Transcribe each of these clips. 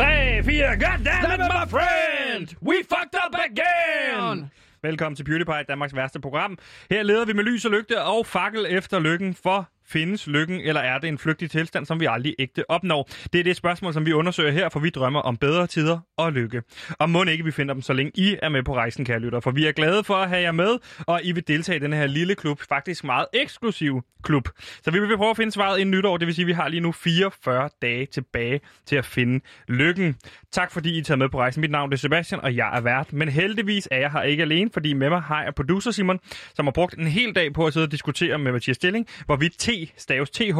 P4. God damn it, Damn it, my my friend. We fucked up again. Again. Velkommen til PewDiePie, Danmarks værste program. Her leder vi med lys og lygte og fakkel efter lykken for Findes lykken, eller er det en flygtig tilstand, som vi aldrig ægte opnår? Det er det spørgsmål, som vi undersøger her, for vi drømmer om bedre tider og lykke. Og må ikke, vi finder dem, så længe I er med på rejsen, kære lytter. For vi er glade for at have jer med, og I vil deltage i den her lille klub, faktisk meget eksklusiv klub. Så vi vil prøve at finde svaret inden nytår, det vil sige, at vi har lige nu 44 dage tilbage til at finde lykken. Tak fordi I tager med på rejsen. Mit navn er Sebastian, og jeg er vært. Men heldigvis er jeg her ikke alene, fordi med mig har jeg producer Simon, som har brugt en hel dag på at sidde og diskutere med Mathias Stilling, hvorvidt T staves THE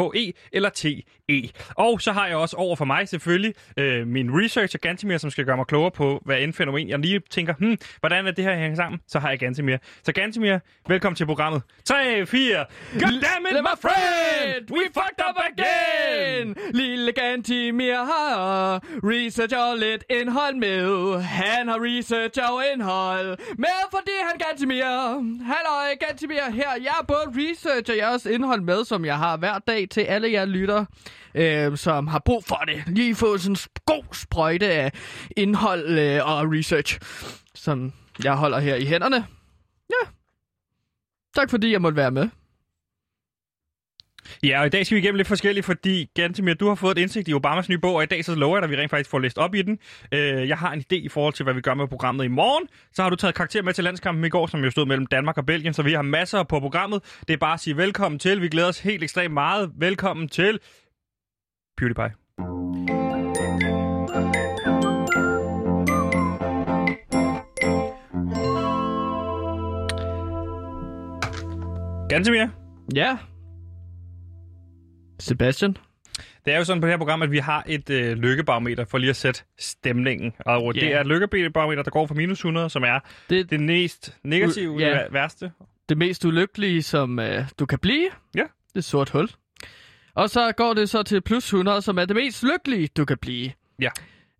eller TE. Og så har jeg også over for mig selvfølgelig øh, min researcher Gantemir, som skal gøre mig klogere på, hvad end fænomen jeg lige tænker, hmm, hvordan er det her hænge sammen? Så har jeg Gantemir. Så Gantemir, velkommen til programmet. 3, 4, goddammit, my friend! We fucked up again! Lille Gantimir har research og lidt indhold med. Han har research og indhold med, fordi han Gantimir. Halløj, Gantimir her. Jeg er både research og jeg har også indhold med, som jeg har hver dag til alle jer lytter, øh, som har brug for det. Lige få sådan en god sprøjte af indhold øh, og research, som jeg holder her i hænderne. Ja. Tak fordi jeg måtte være med. Ja, og i dag skal vi igennem lidt forskelligt, fordi Gantemir, du har fået et indsigt i Obamas nye bog, og i dag så lover jeg dig, at vi rent faktisk får læst op i den. Øh, jeg har en idé i forhold til, hvad vi gør med programmet i morgen. Så har du taget karakter med til landskampen i går, som jo stod mellem Danmark og Belgien, så vi har masser på programmet. Det er bare at sige velkommen til. Vi glæder os helt ekstremt meget. Velkommen til PewDiePie. Gantemir, Ja. Sebastian. Det er jo sådan på det her program, at vi har et øh, lykkebarometer for lige at sætte stemningen. Og yeah. det Ja. er et lykkebarometer, der går fra minus 100, som er Det er det mest negative, uh, U- ja. yeah. værste. det mest ulykkelige, som øh, du kan blive. Ja. Det er et sort hul. Og så går det så til plus 100, som er det mest lykkelige, du kan blive. Ja.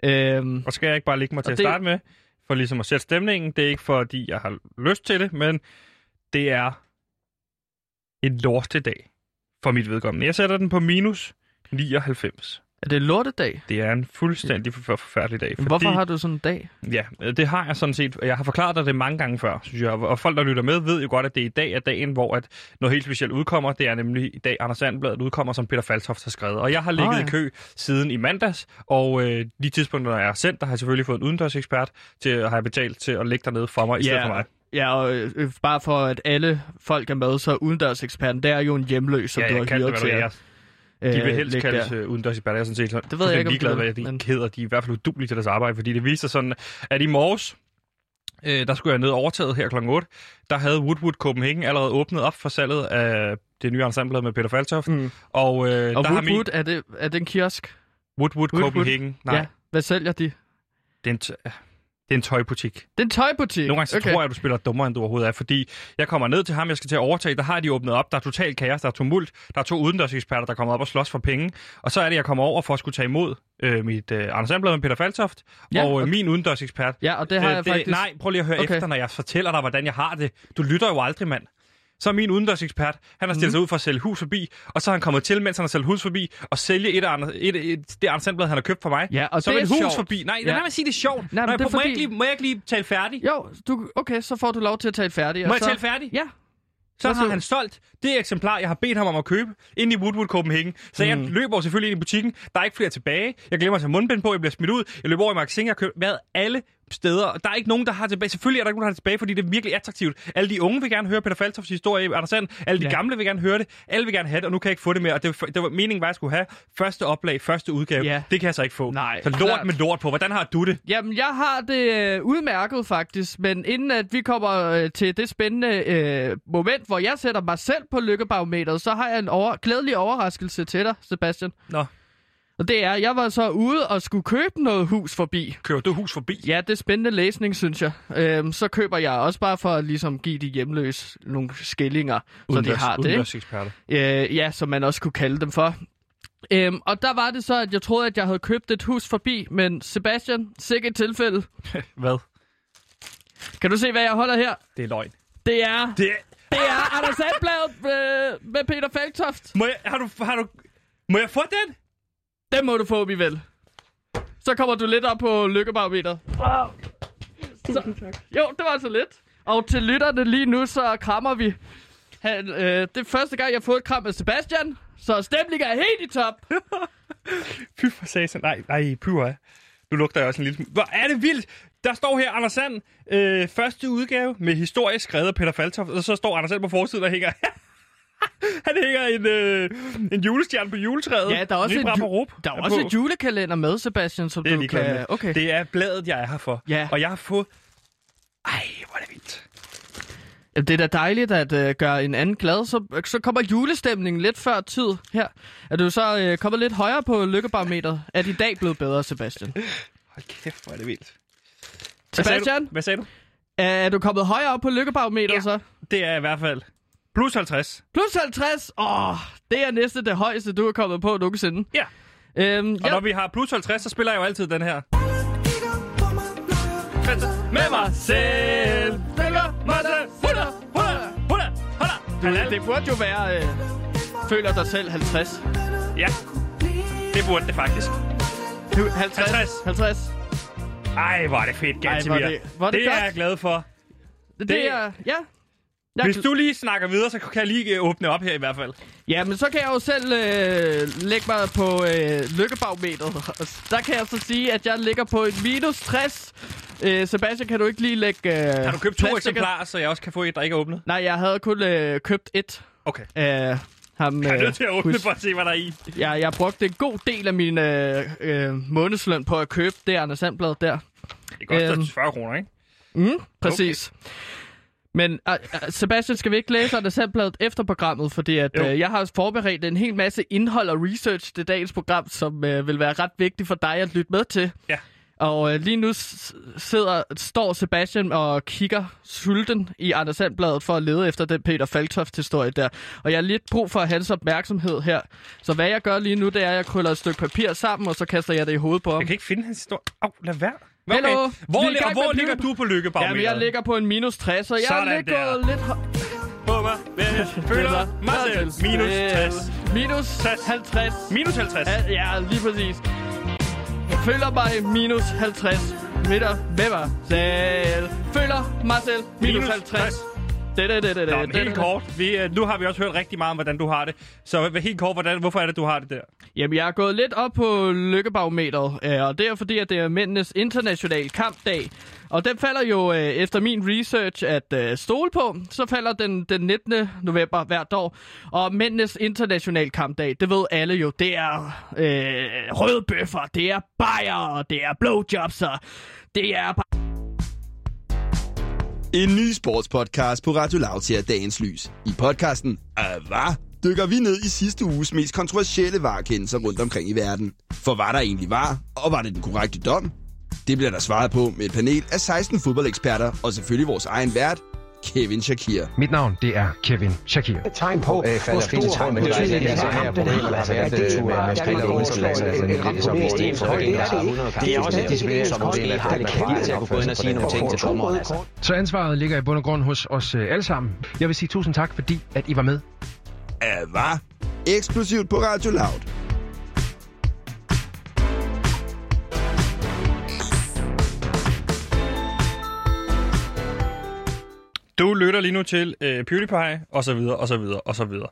Øhm, Og skal jeg ikke bare lægge mig til Og at det- starte med, for ligesom at sætte stemningen. Det er ikke fordi, jeg har lyst til det, men det er en lortedag for mit vedkommende. Jeg sætter den på minus 99. er det en lortedag? Det er en fuldstændig for- forfærdelig dag. Fordi... Hvorfor har du sådan en dag? Ja, øh, det har jeg sådan set. Jeg har forklaret dig det mange gange før, synes jeg. Og folk, der lytter med, ved jo godt, at det er i dag er dagen, hvor at noget helt specielt udkommer. Det er nemlig i dag, Anders Sandbladet udkommer, som Peter Faltoft har skrevet. Og jeg har ligget Nå, oh, ja. ja. i kø siden i mandags, og øh, de tidspunkter, når jeg er sendt, der har jeg selvfølgelig fået en udendørsekspert til, har jeg betalt til at ligge dernede for mig, i stedet for mig. Ja, og øh, øh, bare for at alle folk er med, så udendørseksperten, der er jo en hjemløs, som ja, du har jeg kan det, hyret hvad til. du er. at, De øh, vil helst ligge kaldes der. øh, udendørseksperter. Jeg er sådan set sådan, Det ved jeg ikke, om de ligeglad, vil, hvad de men... men- hedder. De er i hvert fald udulige til deres arbejde, fordi det viser sig sådan, at i morges, øh, der skulle jeg ned overtaget her kl. 8, der havde Woodwood Copenhagen allerede åbnet op for salget af det nye ensemble med Peter Faltoft. Mm. Og, øh, der Og har Wood, min... Wood, er, det, er det en kiosk? Woodwood Wood- Copenhagen. Nej, Ja. Hvad sælger de? det, er en t- det er en tøjbutik. Det er en tøjbutik. Nogle gange så okay. tror jeg, du spiller dummere, end du overhovedet er, fordi jeg kommer ned til ham, jeg skal til at overtage, der har de åbnet op, der er totalt kaos, der er tumult, der er to udendørseksperter, der kommer op og slås for penge, og så er det, jeg kommer over for at skulle tage imod øh, mit øh, Anders Sandblad med Peter Faltoft, ja, Ja, og øh, og- min udendørsekspert. Ja, og det har Øh, jeg faktisk... Nej, prøv lige at høre okay. Okay. efter, når jeg fortæller dig, hvordan jeg har det. Du lytter jo aldrig, mand. Så er min udendørsekspert, han har stillet mm. Mhm. sig ud for at sælge hus forbi, og så er han kommet til, mens han har sælgt hus forbi, og sælge et af Anders, et, et, det Anders Sandblad, han har købt for mig. Ja, og så det et er hus sjovt. forbi. Nej, Ja. lad mig sige, det er sjovt. Nej, men Nå, det er må, jeg ikke fordi- lige, må jeg ikke lige tale færdig? Jo, du, okay, så får du lov til at tale færdig. og Må jeg så... tale færdig? Ja, Så Hvad siger har du? han solgt det eksemplar, jeg har bedt ham om at købe, ind i Woodwood Copenhagen. Så jeg Mm. løber jo selvfølgelig ind i butikken. Der er ikke flere tilbage. Jeg glemmer at tage mundbind på. Jeg bliver smidt ud. Jeg løber over i Maxing. Jeg har købt- været alle steder. Og der er ikke nogen, der har tilbage. Selvfølgelig er der ikke nogen, der har tilbage, fordi det er virkelig attraktivt. Alle de unge vil gerne høre Peter Faltofs historie i Anders Sand. Alle de Ja. gamle vil gerne høre det. Alle vil gerne have det, og nu kan jeg ikke få det mere. Og det, var- det var meningen, var, at jeg skulle have første oplag, første udgave. Ja. Det kan jeg så ikke få. Nej, så lort klart. med lort på. Hvordan har du det? Jamen, jeg har det øh, udmærket faktisk, men inden at vi kommer øh, til det spændende øh, moment, hvor jeg sætter mig selv på lykkebarometeret, så har jeg en over- glædelig overraskelse til dig, Sebastian. Nå, Og det er, jeg var så ude og skulle købe noget hus forbi. kører du hus forbi? Ja, det er spændende læsning, synes jeg. Øhm, så køber jeg også bare for at ligesom give de hjemløse nogle skillinger, så de har det. ikke? Udendørseksperter. øh, ja, som man også kunne kalde dem for. Øhm, og der var det så, at jeg troede, at jeg havde købt et hus forbi, men Sebastian, sikkert tilfælde. Hvad? Kan du se, hvad jeg holder her? Det er løgn. Det er, Det er... det er Anders Sandblad øh, med Peter Falktoft. Må jeg, har du, har du, må jeg få den? Den må du få, vi vel. Så kommer du lidt op på lykkebarometeret. Wow. Tusind tak. Jo, det var så lidt. Og til lytterne lige nu, så krammer vi. Han, øh, det er første gang, jeg har fået et kram af Sebastian. Så stemningen er helt i top. Fy for satan. Nej, nej, pyha. Nu lugter jeg også en lille smule. Hvor er det vildt! Der står her Anders Sand, øh, første udgave med historisk skrevet af Peter Faltoft, og så står Anders Sand på forsiden og hænger... Han hænger en, øh, en julestjerne på juletræet. Ja, der er også, Lige en, bare på ju- råb der er på. også et julekalender med, Sebastian, som Det er du ligeglad kan... med. Okay. Det er bladet, jeg er her for. Ja. Og jeg har fået... Ej, hvor er det vildt. Jamen, det er da dejligt at øh, gøre en anden glad. Så, så kommer julestemningen lidt før tid her. Er du så øh, kommet lidt højere på lykkebarometeret? Er i dag blevet bedre, Sebastian? Hold kæft, hvor er det vildt. Sagde Sebastian, Altså, du? Hvad sagde du? er, er du kommet højere op på lykkebarometeret ja. så? Det er i hvert fald plus 50. Plus 50! Åh, oh, det er næsten det højeste, du er kommet på nogensinde. Ja. Øhm, Og ja. når vi har plus 50, så spiller jeg jo altid den her. Med mig selv. Huda, huda. Huda, huda. Du, Halal. det burde jo være, øh, føler dig selv 50. Ja, det burde det faktisk. Du, 50. 50. 50. Ej, hvor er det fedt, Ej, hvor Gantemir. er det- hvor er det det godt. er jeg glad for. Det, Det- det er, ja. Jeg, Hvis du lige snakker videre, så kan jeg lige øh, åbne op her i hvert fald. Ja, men så kan jeg jo selv øh, lægge mig på øh, lykkebarometeret. Der kan jeg så sige, at jeg ligger på et minus 60. Øh, Sebastian, kan du ikke lige lægge... Øh, Har du købt to eksemplarer, så jeg også kan få et, der ikke er åbnet? Nej, jeg havde kun øh, købt et Okay. af ham. øh, Jeg er nødt til at åbne husk. for at se, hvad der er i. Jeg, jeg brugte en god del af min øh, øh, månedsløn på at købe det Anders Sandblad der. Det koster Øhm. 40 kroner, ikke? Mm, præcis. Okay. Men øh, øh, Sebastian, skal vi ikke læse Anders Sandbladet efter programmet? Fordi at, Jo. øh, jeg har forberedt en hel masse indhold og research til dagens program, som øh, vil være ret vigtigt for dig at lytte med til. Ja. Og øh, lige nu s- sidder, står Sebastian og kigger sulten i Anders Sandbladet for at lede efter den Peter Faltoft-historie der. Og jeg har lidt brug for hans opmærksomhed her. Så hvad jeg gør lige nu, det er, at jeg krøller et stykke papir sammen, og så kaster jeg det i hovedet på ham. Jeg kan ikke finde hans stor... Au, lad være. Hallo? Hvor, Vi er i lig- gang og hvor med ligger lyden. du på lykkebarometeret? Jamen, jeg ligger på en minus 60, og jeg Sådan er lidt der. gået lidt hø- på mig. Føler mig selv. Minus 60. Øh, Minus 60. 50. Minus 50. Ja, ja, lige præcis. Jeg føler mig minus 50. Midter med mig selv. Føler mig selv minus Minus 50. Det, det, det, det, det. Nå, men det, det, helt det. kort. Vi, øh, nu har vi også hørt rigtig meget om, hvordan du har det. Så h- helt kort, hvordan, hvorfor er det, du har det der? Jamen, jeg er gået lidt op på lykkebarometeret, øh, og det er fordi, at det er mændenes internationale kampdag. Og den falder jo øh, efter min research at øh, stole på, så falder den den 19. november hvert år. Og mændenes internationale kampdag, det ved alle jo, det er øh, røde bøffer, det er bajer, det er blowjobs, og det er En ny sportspodcast på Radio Loud ser dagens lys. I podcasten Ava dykker vi ned i sidste uges mest kontroversielle varekendelser rundt omkring i verden. For var der egentlig var, og var det den korrekte dom? Det bliver der svaret på med et panel af 16 fodboldeksperter og selvfølgelig vores egen vært, Kevin Shakir. Mit navn, det er Kevin Shakir. tegn på, hvor stor og betydelig den her kamp den har. At det er Danmark overslår en- en ramt på mest ens højde. Det er det ikke. Det er også en disciplinært som model, at man kæmpe til at kunne gå ind og sige nogle ting til dommeren. altså. Så ansvaret ligger i bund og grund hos os øh, alle sammen. Jeg vil sige tusind tak, fordi at I var med. Ava, eksplosivt på Radio Loud. Du lytter lige nu til øh, PewDiePie, og så videre, og så videre, og så videre.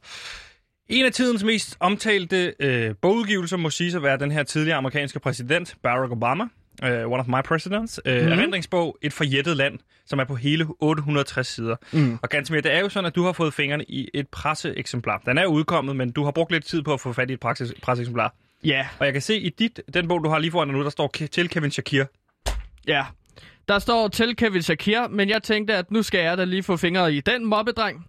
En af tidens mest omtalte øh, bogudgivelser må siges at være den her tidligere amerikanske præsident, Barack Obama. Uh, one of my presidents. Uh, Mhm. mm. Erindringsbog, Et forjættet land, som er på hele 860 sider. Mm. Og ganske mere, det er jo sådan, at du har fået fingrene i et presseeksemplar. Den er udkommet, men du har brugt lidt tid på at få fat i et praksis- presseeksemplar. Ja, Og jeg kan se i dit, den bog, du har lige foran dig nu, der står Ke- til Kevin Shakir. ja. Der står til Kevin Shakir, men jeg tænkte, at nu skal jeg da lige få fingre i den mobbedreng.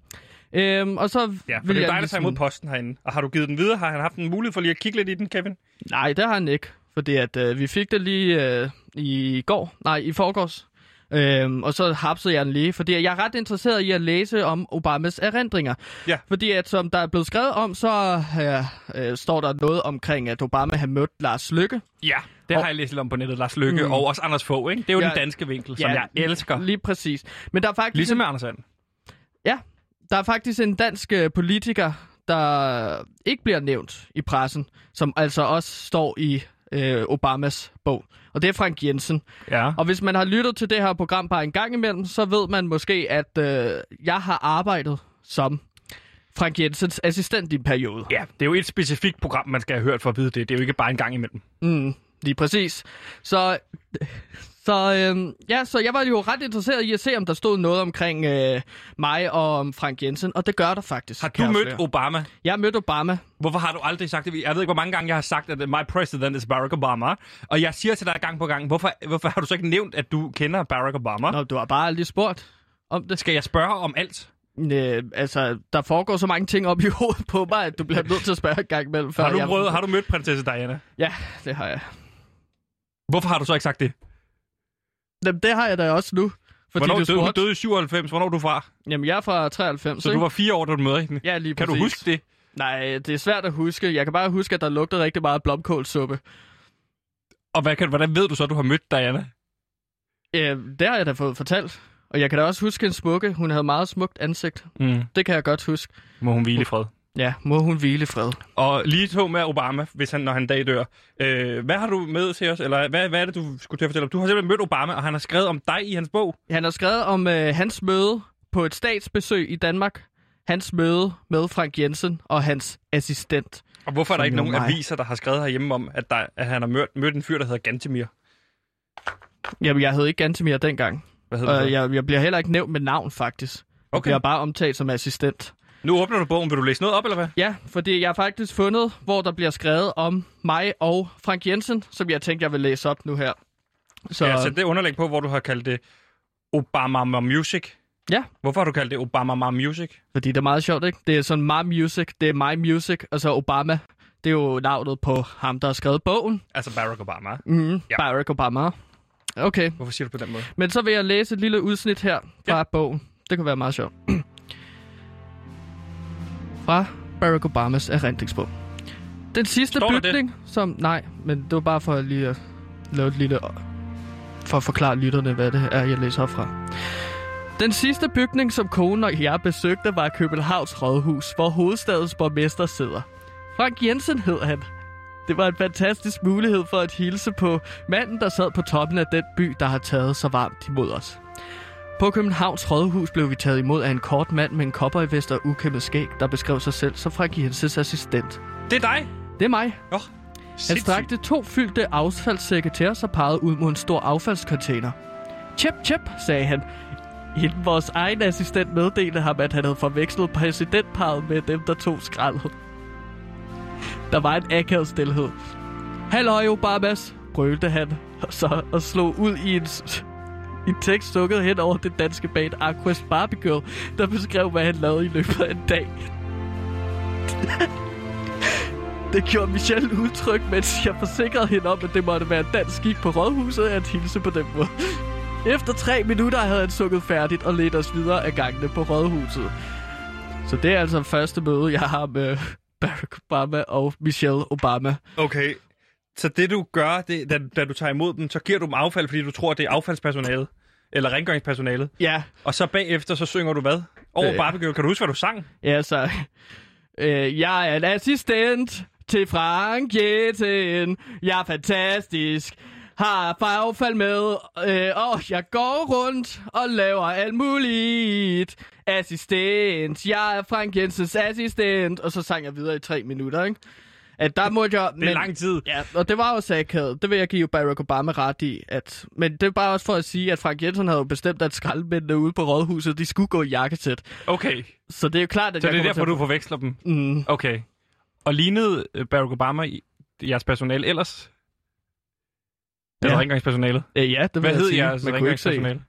Øhm, og så Ja, for vil det er jeg dig, der tager ligesom- imod posten herinde. Og har du givet den videre? Har han haft en mulighed for lige at kigge lidt i den, Kevin? Nej, det har han ikke. Fordi at øh, vi fik det lige øh, i går. Nej, i forgårs. Øhm, og så hapsede jeg den lige, fordi jeg er ret interesseret i at læse om Obamas erindringer. Ja. Fordi at som der er blevet skrevet om, så øh, øh, står der noget omkring, at Obama har mødt Lars Lykke. Ja, det har jeg læst lidt om på nettet. Lars Lykke mm. og også Anders Fogh, ikke? Det er jo ja, den danske vinkel, som ja, jeg elsker. Lige præcis. Men der er faktisk, Ligesom med Anders And. ja, der er faktisk en dansk øh, politiker, der ikke bliver nævnt i pressen, som altså også står i øh, Obamas bog. Og det er Frank Jensen. Ja. Og hvis man har lyttet til det her program bare en gang imellem, så ved man måske, at øh, jeg har arbejdet som Frank Jensens assistent i en periode. Ja, det er jo et specifikt program, man skal have hørt for at vide det. Det er jo ikke bare en gang imellem. Mm, lige præcis. Så, så, øh, ja, så jeg var jo ret interesseret i at se, om der stod noget omkring øh, mig og om Frank Jensen, og det gør der faktisk. Har kan du jeg mødt afsløre. Obama? Jeg mødte Obama. Hvorfor har du aldrig sagt det? Jeg ved ikke, hvor mange gange jeg har sagt, at my president is Barack Obama. Og jeg siger til dig gang på gang, hvorfor, hvorfor har du så ikke nævnt, at du kender Barack Obama? Nå, du har bare aldrig spurgt om det. Skal jeg spørge om alt? Øh, altså, der foregår så mange ting op i hovedet på mig, at du bliver nødt til at spørge en gang imellem. Før Har du, jeg... prøvet, har du mødt prinsesse Diana? Ja, det har jeg. Hvorfor har du så ikke sagt det? Jamen, det har jeg da også nu. Fordi Hvornår du døde, hun spurgte. døde i 97. Hvornår er du fra? Jamen, jeg er fra 93, Så du ikke? var fire år, da du mødte hende. Ja, lige Kan du præcis. huske det? Nej, det er svært at huske. Jeg kan bare huske, at der lugtede rigtig meget af blomkålsuppe. Og hvad kan, hvordan ved du så, at du har mødt Diana? Øh, det har jeg da fået fortalt. Og jeg kan da også huske en smukke. Hun havde meget smukt ansigt. Mm. Det kan jeg godt huske. Må hun hvile i fred. Ja, må hun hvile i fred. Og lige to med Obama, hvis han, når han en dag dør. Øh, hvad har du med til os? Eller hvad, hvad er det, du skulle til at fortælle om? Du har simpelthen mødt Obama, og han har skrevet om dig i hans bog. Han har skrevet om øh, hans møde på et statsbesøg i Danmark. Hans møde med Frank Jensen og hans assistent. Og hvorfor er der Som ikke jo nogen mig. aviser, der har skrevet herhjemme om, at, der, at han har mødt, mødt en fyr, der hedder Gantemir? Jamen, jeg hed ikke Gantemir dengang. Hvad hedder Og øh, ja. jeg, jeg bliver heller ikke nævnt med navn, faktisk. Jeg Okay. bliver bare omtalt som assistent. Nu åbner du bogen. Vil du læse noget op, eller hvad? Ja, fordi jeg har faktisk fundet, hvor der bliver skrevet om mig og Frank Jensen, som jeg tænkte, jeg vil læse op nu her. Så, Så... Ja, sæt det underlæg på, hvor du har kaldt det Obama Music. Ja. Hvorfor har du kaldt det Obama Music? Fordi det er meget sjovt, ikke? Det er sådan My Music, det er My Music, og så Obama. Det er jo navnet på ham, der har skrevet bogen. Altså Barack Obama. Mm, Ja. ja. Barack Obama. Okay, Hvorfor siger du på den måde? men så vil jeg læse et lille udsnit her fra ja. bogen. Det kunne være meget sjovt. fra Barack Obamas erindringsbog. Den sidste Står der det? bygning, som... Nej, men det var bare for at lige at lave et lille... For at forklare lytterne, hvad det er, jeg læser fra. Den sidste bygning, som konen og jeg besøgte, var Københavns Rådhus, hvor hovedstadens borgmester sidder. Frank Jensen hed han. Det var en fantastisk mulighed for at hilse på manden, der sad på toppen af den by, der har taget så varmt imod os. På Københavns Rådhus blev vi taget imod af en kort mand med en koppervest og ukæmmet skæg, der beskrev sig selv som Frank Jensens assistent. Det er dig. Det er mig. Nå, Han sindssygt. strakte to fyldte affaldssække til os og pegede ud mod en stor affaldscontainer. Chip, chip, sagde han. Inden vores egen assistent meddelte ham, at han havde forvekslet præsidentparet med dem, der tog skraldet. Der var en akavet stillhed. Halløj, Obamas, brølte han, og, så, og slog ud i en, s- en tekst sukket hen over det danske band Aquas Barbie Girl, der beskrev, hvad han lavede i løbet af en dag. Det gjorde Michelle udtryk, mens jeg forsikrede hende om, at det måtte være en dansk skik på rådhuset at hilse på den måde. Efter tre minutter havde han sukket færdigt og ledt os videre af gangene på rådhuset. Så det er altså første møde, jeg har med Barack Obama og Michelle Obama. Okay. Så det du gør, det, da, da du tager imod dem, så giver du dem affald, fordi du tror, det er affaldspersonalet. Eller rengøringspersonalet. Ja, Og så bagefter, så synger du hvad? Over Øh. øh. Barbie Girl. Kan du huske, hvad du sang? ja så... Øh, jeg er en assistent til Frank Jensen. Jeg er fantastisk. Har fagfald med, øh, og jeg går rundt og laver alt muligt. Assistent. Jeg er Frank Jensens assistent. Og så sang jeg videre i tre minutter, ikke? At der måtte jeg... Det er lang tid. Ja, og det var også akavet. Det vil jeg give Barack Obama ret i. At, men det er bare også for at sige, at Frank Jensen havde jo bestemt, at skraldmændene ude på rådhuset, de skulle gå i jakkesæt. Okay. Så det er jo klart, at Så jeg det er kommer derfor, til du forveksler dem. at... Mm, Okay. Og lignede øh, Barack Obama i jeres personale ellers? Eller Ja. rengøringspersonalet? øh, ja, det vil Hvad jeg hed sige. jeres Man kunne ikke se. rengøringspersonale?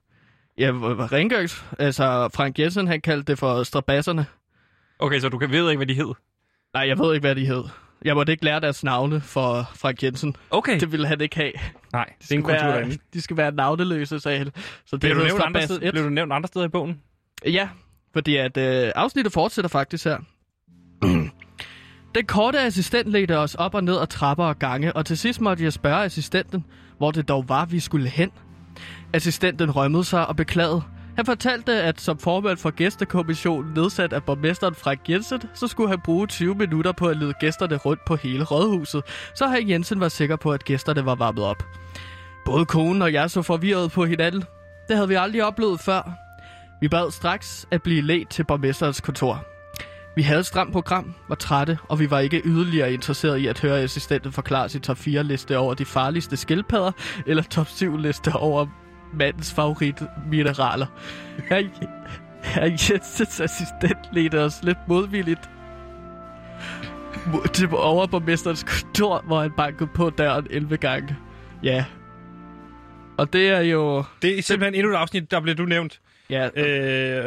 Ja, hvor- rengørings... Altså, Frank Jensen, han kaldte det for strabasserne. Okay, så du kan- ved ikke, hvad de hed? Nej, jeg ved ikke, hvad de hed. Jeg måtte ikke lære deres navne for Frank Jensen. Okay. Det ville han ikke have. Nej, det er en Skulle kultur være- derinde. De skal være navneløse, sagde han. Så Blev det du, hedder nævnt andre Strabas steder, 1. blev du nævnt andre steder i bogen? Ja, fordi at øh, afsnittet fortsætter faktisk her. Den korte assistent ledte os op og ned ad trapper og gange, og til sidst måtte jeg spørge assistenten, hvor det dog var, vi skulle hen. Assistenten rømmede sig og beklagede. Han fortalte, at som formand for gæstekommissionen nedsat af borgmesteren Frank Jensen, så skulle han bruge 20 minutter på at lede gæsterne rundt på hele rådhuset, så herr Jensen var sikker på, at gæsterne var varmet op. Både konen og jeg så forvirret på hinanden. Det havde vi aldrig oplevet før. Vi bad straks at blive let til borgmesterens kontor. Vi havde et stramt program, var trætte, og vi var ikke yderligere interesseret i at høre assistenten forklare sin top 4-liste over de farligste skildpadder, eller top 7-liste over mandens favorit mineraler. Herr, herr Jensens assistent ledte os lidt modvilligt mod- til overborgmesterens kontor, hvor han bankede på døren 11 gange. Ja. Og det er jo... Det er simpelthen endnu et afsnit, der blev du nævnt. Ja,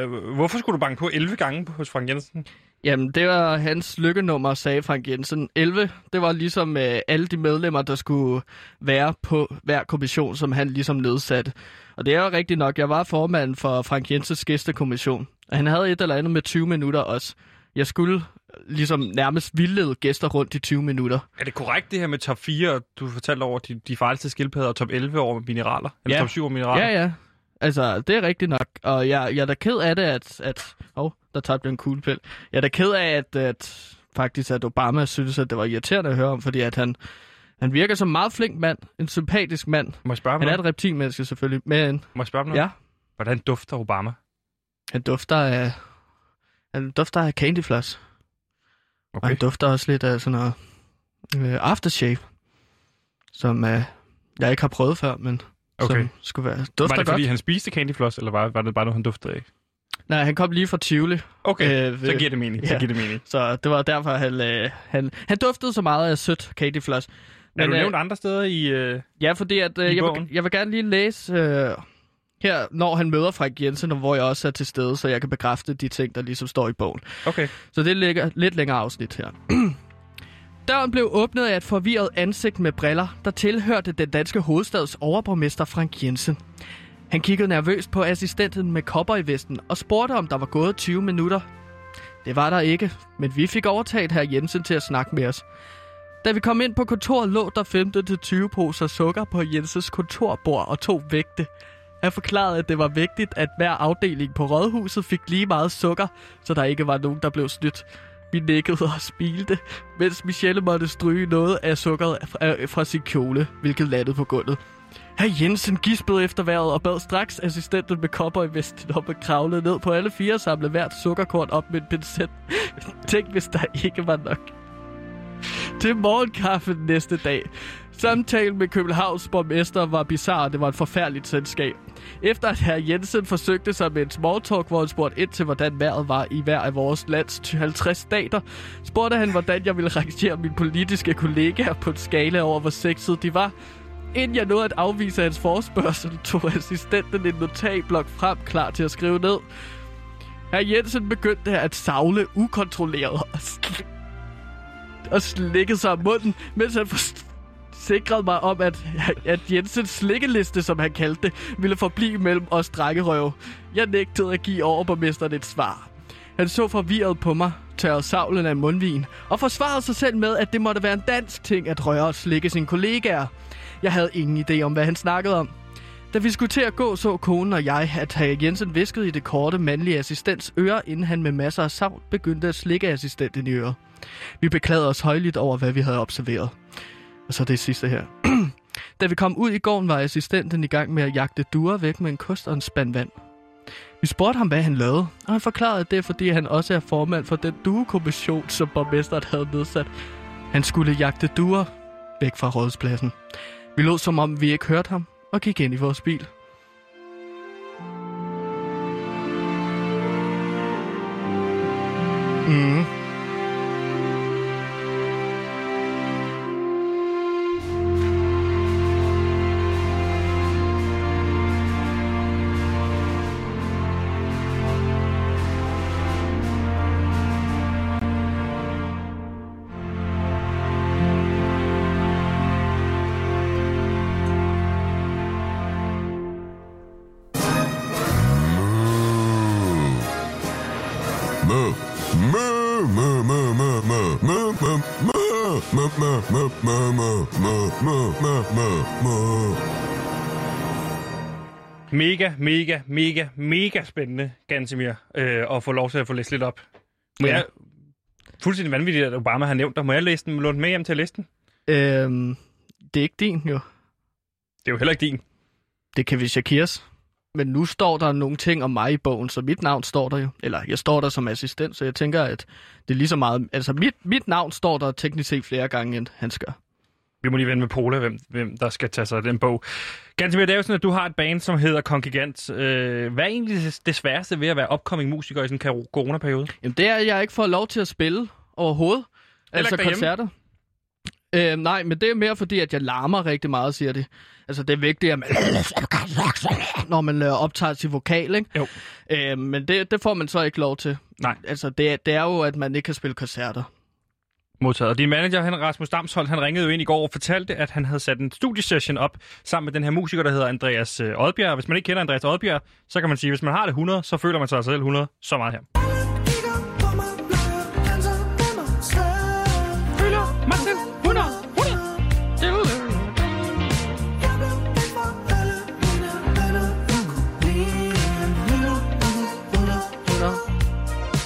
Øh, hvorfor skulle du banke på 11 gange hos Frank Jensen? Jamen, det var hans lykkenummer, sagde Frank Jensen. 11, det var ligesom øh, alle de medlemmer, der skulle være på hver kommission, som han ligesom nedsatte. Og det er jo rigtigt nok, jeg var formand for Frank Jensens gæstekommission. Og han havde et eller andet med 20 minutter også. Jeg skulle øh, ligesom nærmest vildlede gæster rundt i 20 minutter. Er det korrekt, det her med top 4, du fortalte over de, de farligste skildpadder, og top 11 over mineraler? Eller Ja. top 7 over mineraler? Ja, ja. Altså, det er rigtigt nok. Og jeg, jeg er da ked af det, at... at Åh, oh, der tabte jeg en kuglepæl. Jeg er da ked af, at, at faktisk at Obama synes, at det var irriterende at høre om, fordi at han, han virker som en meget flink mand. En sympatisk mand. Må jeg spørge om Han er noget? et reptilmenneske selvfølgelig, men Må jeg spørge om noget? ja, Hvordan dufter Obama? han dufter af... Han dufter af candyfloss. Okay. Og han dufter også lidt af sådan noget øh, aftershave, som øh, jeg ikke har prøvet før, men Okay. som skulle være... Dufter var det, godt. fordi han spiste candyfloss, eller var, var det bare noget, han duftede af? Nej, han kom lige fra Tivoli. Okay, Øh, øh, så giver det mening. Ja. Så ja. giver det mening. Så det var derfor, han, øh, han, han duftede så meget af sødt candyfloss. Men, er du øh, nævnt andre steder i... Øh... Ja, fordi at, øh, i jeg, bogen? vil, jeg vil gerne lige læse øh, her, når han møder Frank Jensen, og hvor jeg også er til stede, så jeg kan bekræfte de ting, der ligesom står i bogen. Okay. Så det ligger lidt længere afsnit her. Døren blev åbnet af et forvirret ansigt med briller, der tilhørte den danske hovedstads overborgmester Frank Jensen. Han kiggede nervøst på assistenten med kopper i vesten og spurgte, om der var gået 20 minutter. Det var der ikke, men vi fik overtalt herr Jensen til at snakke med os. Da vi kom ind på kontoret, lå der 15-20 poser sukker på Jensens kontorbord og to vægte. Han forklarede, at det var vigtigt, at hver afdeling på rådhuset fik lige meget sukker, så der ikke var nogen, der blev snydt. Vi nikkede og smilte, mens Michelle måtte stryge noget af sukkeret fra- fra sin kjole, hvilket landede på gulvet. Herr Jensen gispede efter vejret og bad straks assistenten med kopper i vesten om at kravle ned på alle fire og samle hvert sukkerkorn op med en pincet. Tænk, hvis der ikke var nok til morgenkaffen næste dag. Samtalen med Københavns borgmester var bizarre, det var et forfærdeligt selskab. Efter at herr Jensen forsøgte sig med en small talk, hvor han spurgte ind til, hvordan vejret var i hver af vores lands 50 stater, spurgte han, hvordan jeg ville rangere mine politiske kollegaer på en skala over, hvor sexede de var. Inden jeg nåede at afvise hans forspørgsel, tog assistenten en notatblok frem, klar til at skrive ned. Herr Jensen begyndte at savle ukontrolleret og sl- og slikkede sig om munden, mens han for- sikrede mig om, at, at Jensens slikkeliste, som han kaldte det, ville forblive mellem os drengerøve. Jeg nægtede at give overborgmesteren et svar. Han så forvirret på mig, tørrede savlen af mundvin, og forsvarede sig selv med, at det måtte være en dansk ting at røre og slikke sine kollegaer. Jeg havde ingen idé om, hvad han snakkede om. Da vi skulle til at gå, så konen og jeg, at Herre Jensen viskede i det korte mandlige assistents ører, inden han med masser af savn begyndte at slikke assistenten i øret. Vi beklagede os højligt over, hvad vi havde observeret. Og så det sidste her. da vi kom ud i gården, var assistenten i gang med at jagte duer væk med en kost og en spand vand. Vi spurgte ham, hvad han lavede, og han forklarede at det, er, fordi han også er formand for den duekommission, som borgmesteren havde nedsat. Han skulle jagte duer væk fra rådspladsen. Vi lå som om, vi ikke hørte ham, og gik ind i vores bil. Mm. Mega, mega, mega, mega spændende, Gansimir, øh, at få lov til at få læst lidt op. Må ja. jeg, fuldstændig vanvittigt, at Obama har nævnt dig. Må jeg læse den? Låne den med hjem til at læse den? Øhm, det er ikke din, jo. Det er jo heller ikke din. Det kan vi Shakirs. Men nu står der nogle ting om mig i bogen, så mit navn står der jo. Eller jeg står der som assistent, så jeg tænker, at det er lige så meget... Altså mit, mit navn står der teknisk set flere gange, end hans gør. Vi må lige vende med Pola, hvem, hvem der skal tage sig af den bog. Gansimir, det er jo sådan, at du har et band, som hedder Kongigant. Øh, hvad er egentlig det- det sværeste ved at være opkommende musiker i sådan en karo- coronaperiode? Jamen, det er, at jeg ikke får lov til at spille overhovedet. altså derhjemme? koncerter. Øh, nej, men det er mere fordi, at jeg larmer rigtig meget, siger de. Altså, det er vigtigt, at man... Når man øh, optager sit vokal, ikke? Jo. Øh, men det, det får man så ikke lov til. Nej. Altså, det, er- det er jo, at man ikke kan spille koncerter. Modtaget. Og din manager, han, Rasmus Damsholdt, han ringede jo ind i går og fortalte, at han havde sat en studiesession op sammen med den her musiker, der hedder Andreas øh, Odbjerg. Hvis man ikke kender Andreas Odbjerg, så kan man sige, at hvis man har det 100, så føler man sig altså selv 100 så meget her.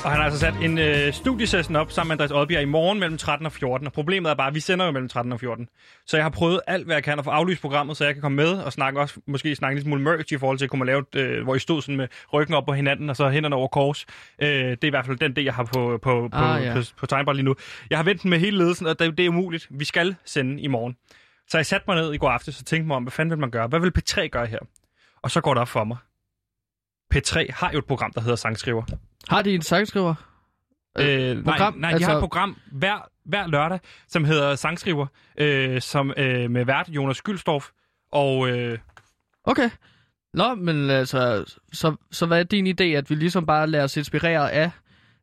Og han har altså sat en øh, studiesession op sammen med Andreas Odbjerg i morgen mellem 13 og 14. Og problemet er bare, at vi sender jo mellem 13 og 14. Så jeg har prøvet alt, hvad jeg kan at få aflyst programmet, så jeg kan komme med og snakke også, måske snakke en lille smule merch i forhold til, kunne man lave, et, øh, hvor I stod sådan med ryggen op på hinanden og så hænderne over kors. Øh, det er i hvert fald den del, jeg har på, på, Ah, på, ja. på, på tegnbræt lige nu. Jeg har ventet med hele ledelsen, og det, det er umuligt. Vi skal sende i morgen. Så jeg satte mig ned i går aftes og tænkte mig om, hvad fanden vil man gøre? Hvad vil P3 gøre her? Og så går det op for mig. P3 har jo et program, der hedder Sangskriver. Har de en sangskriver? Øh, program, program, nej, nej altså... altså- de har et program hver, hver lørdag, som hedder Sangskriver, øh, som øh, med vært Jonas Gyldstorff. Og øh, Okay. Nå, men altså, så, så hvad er din idé, at vi ligesom bare lader os inspirere af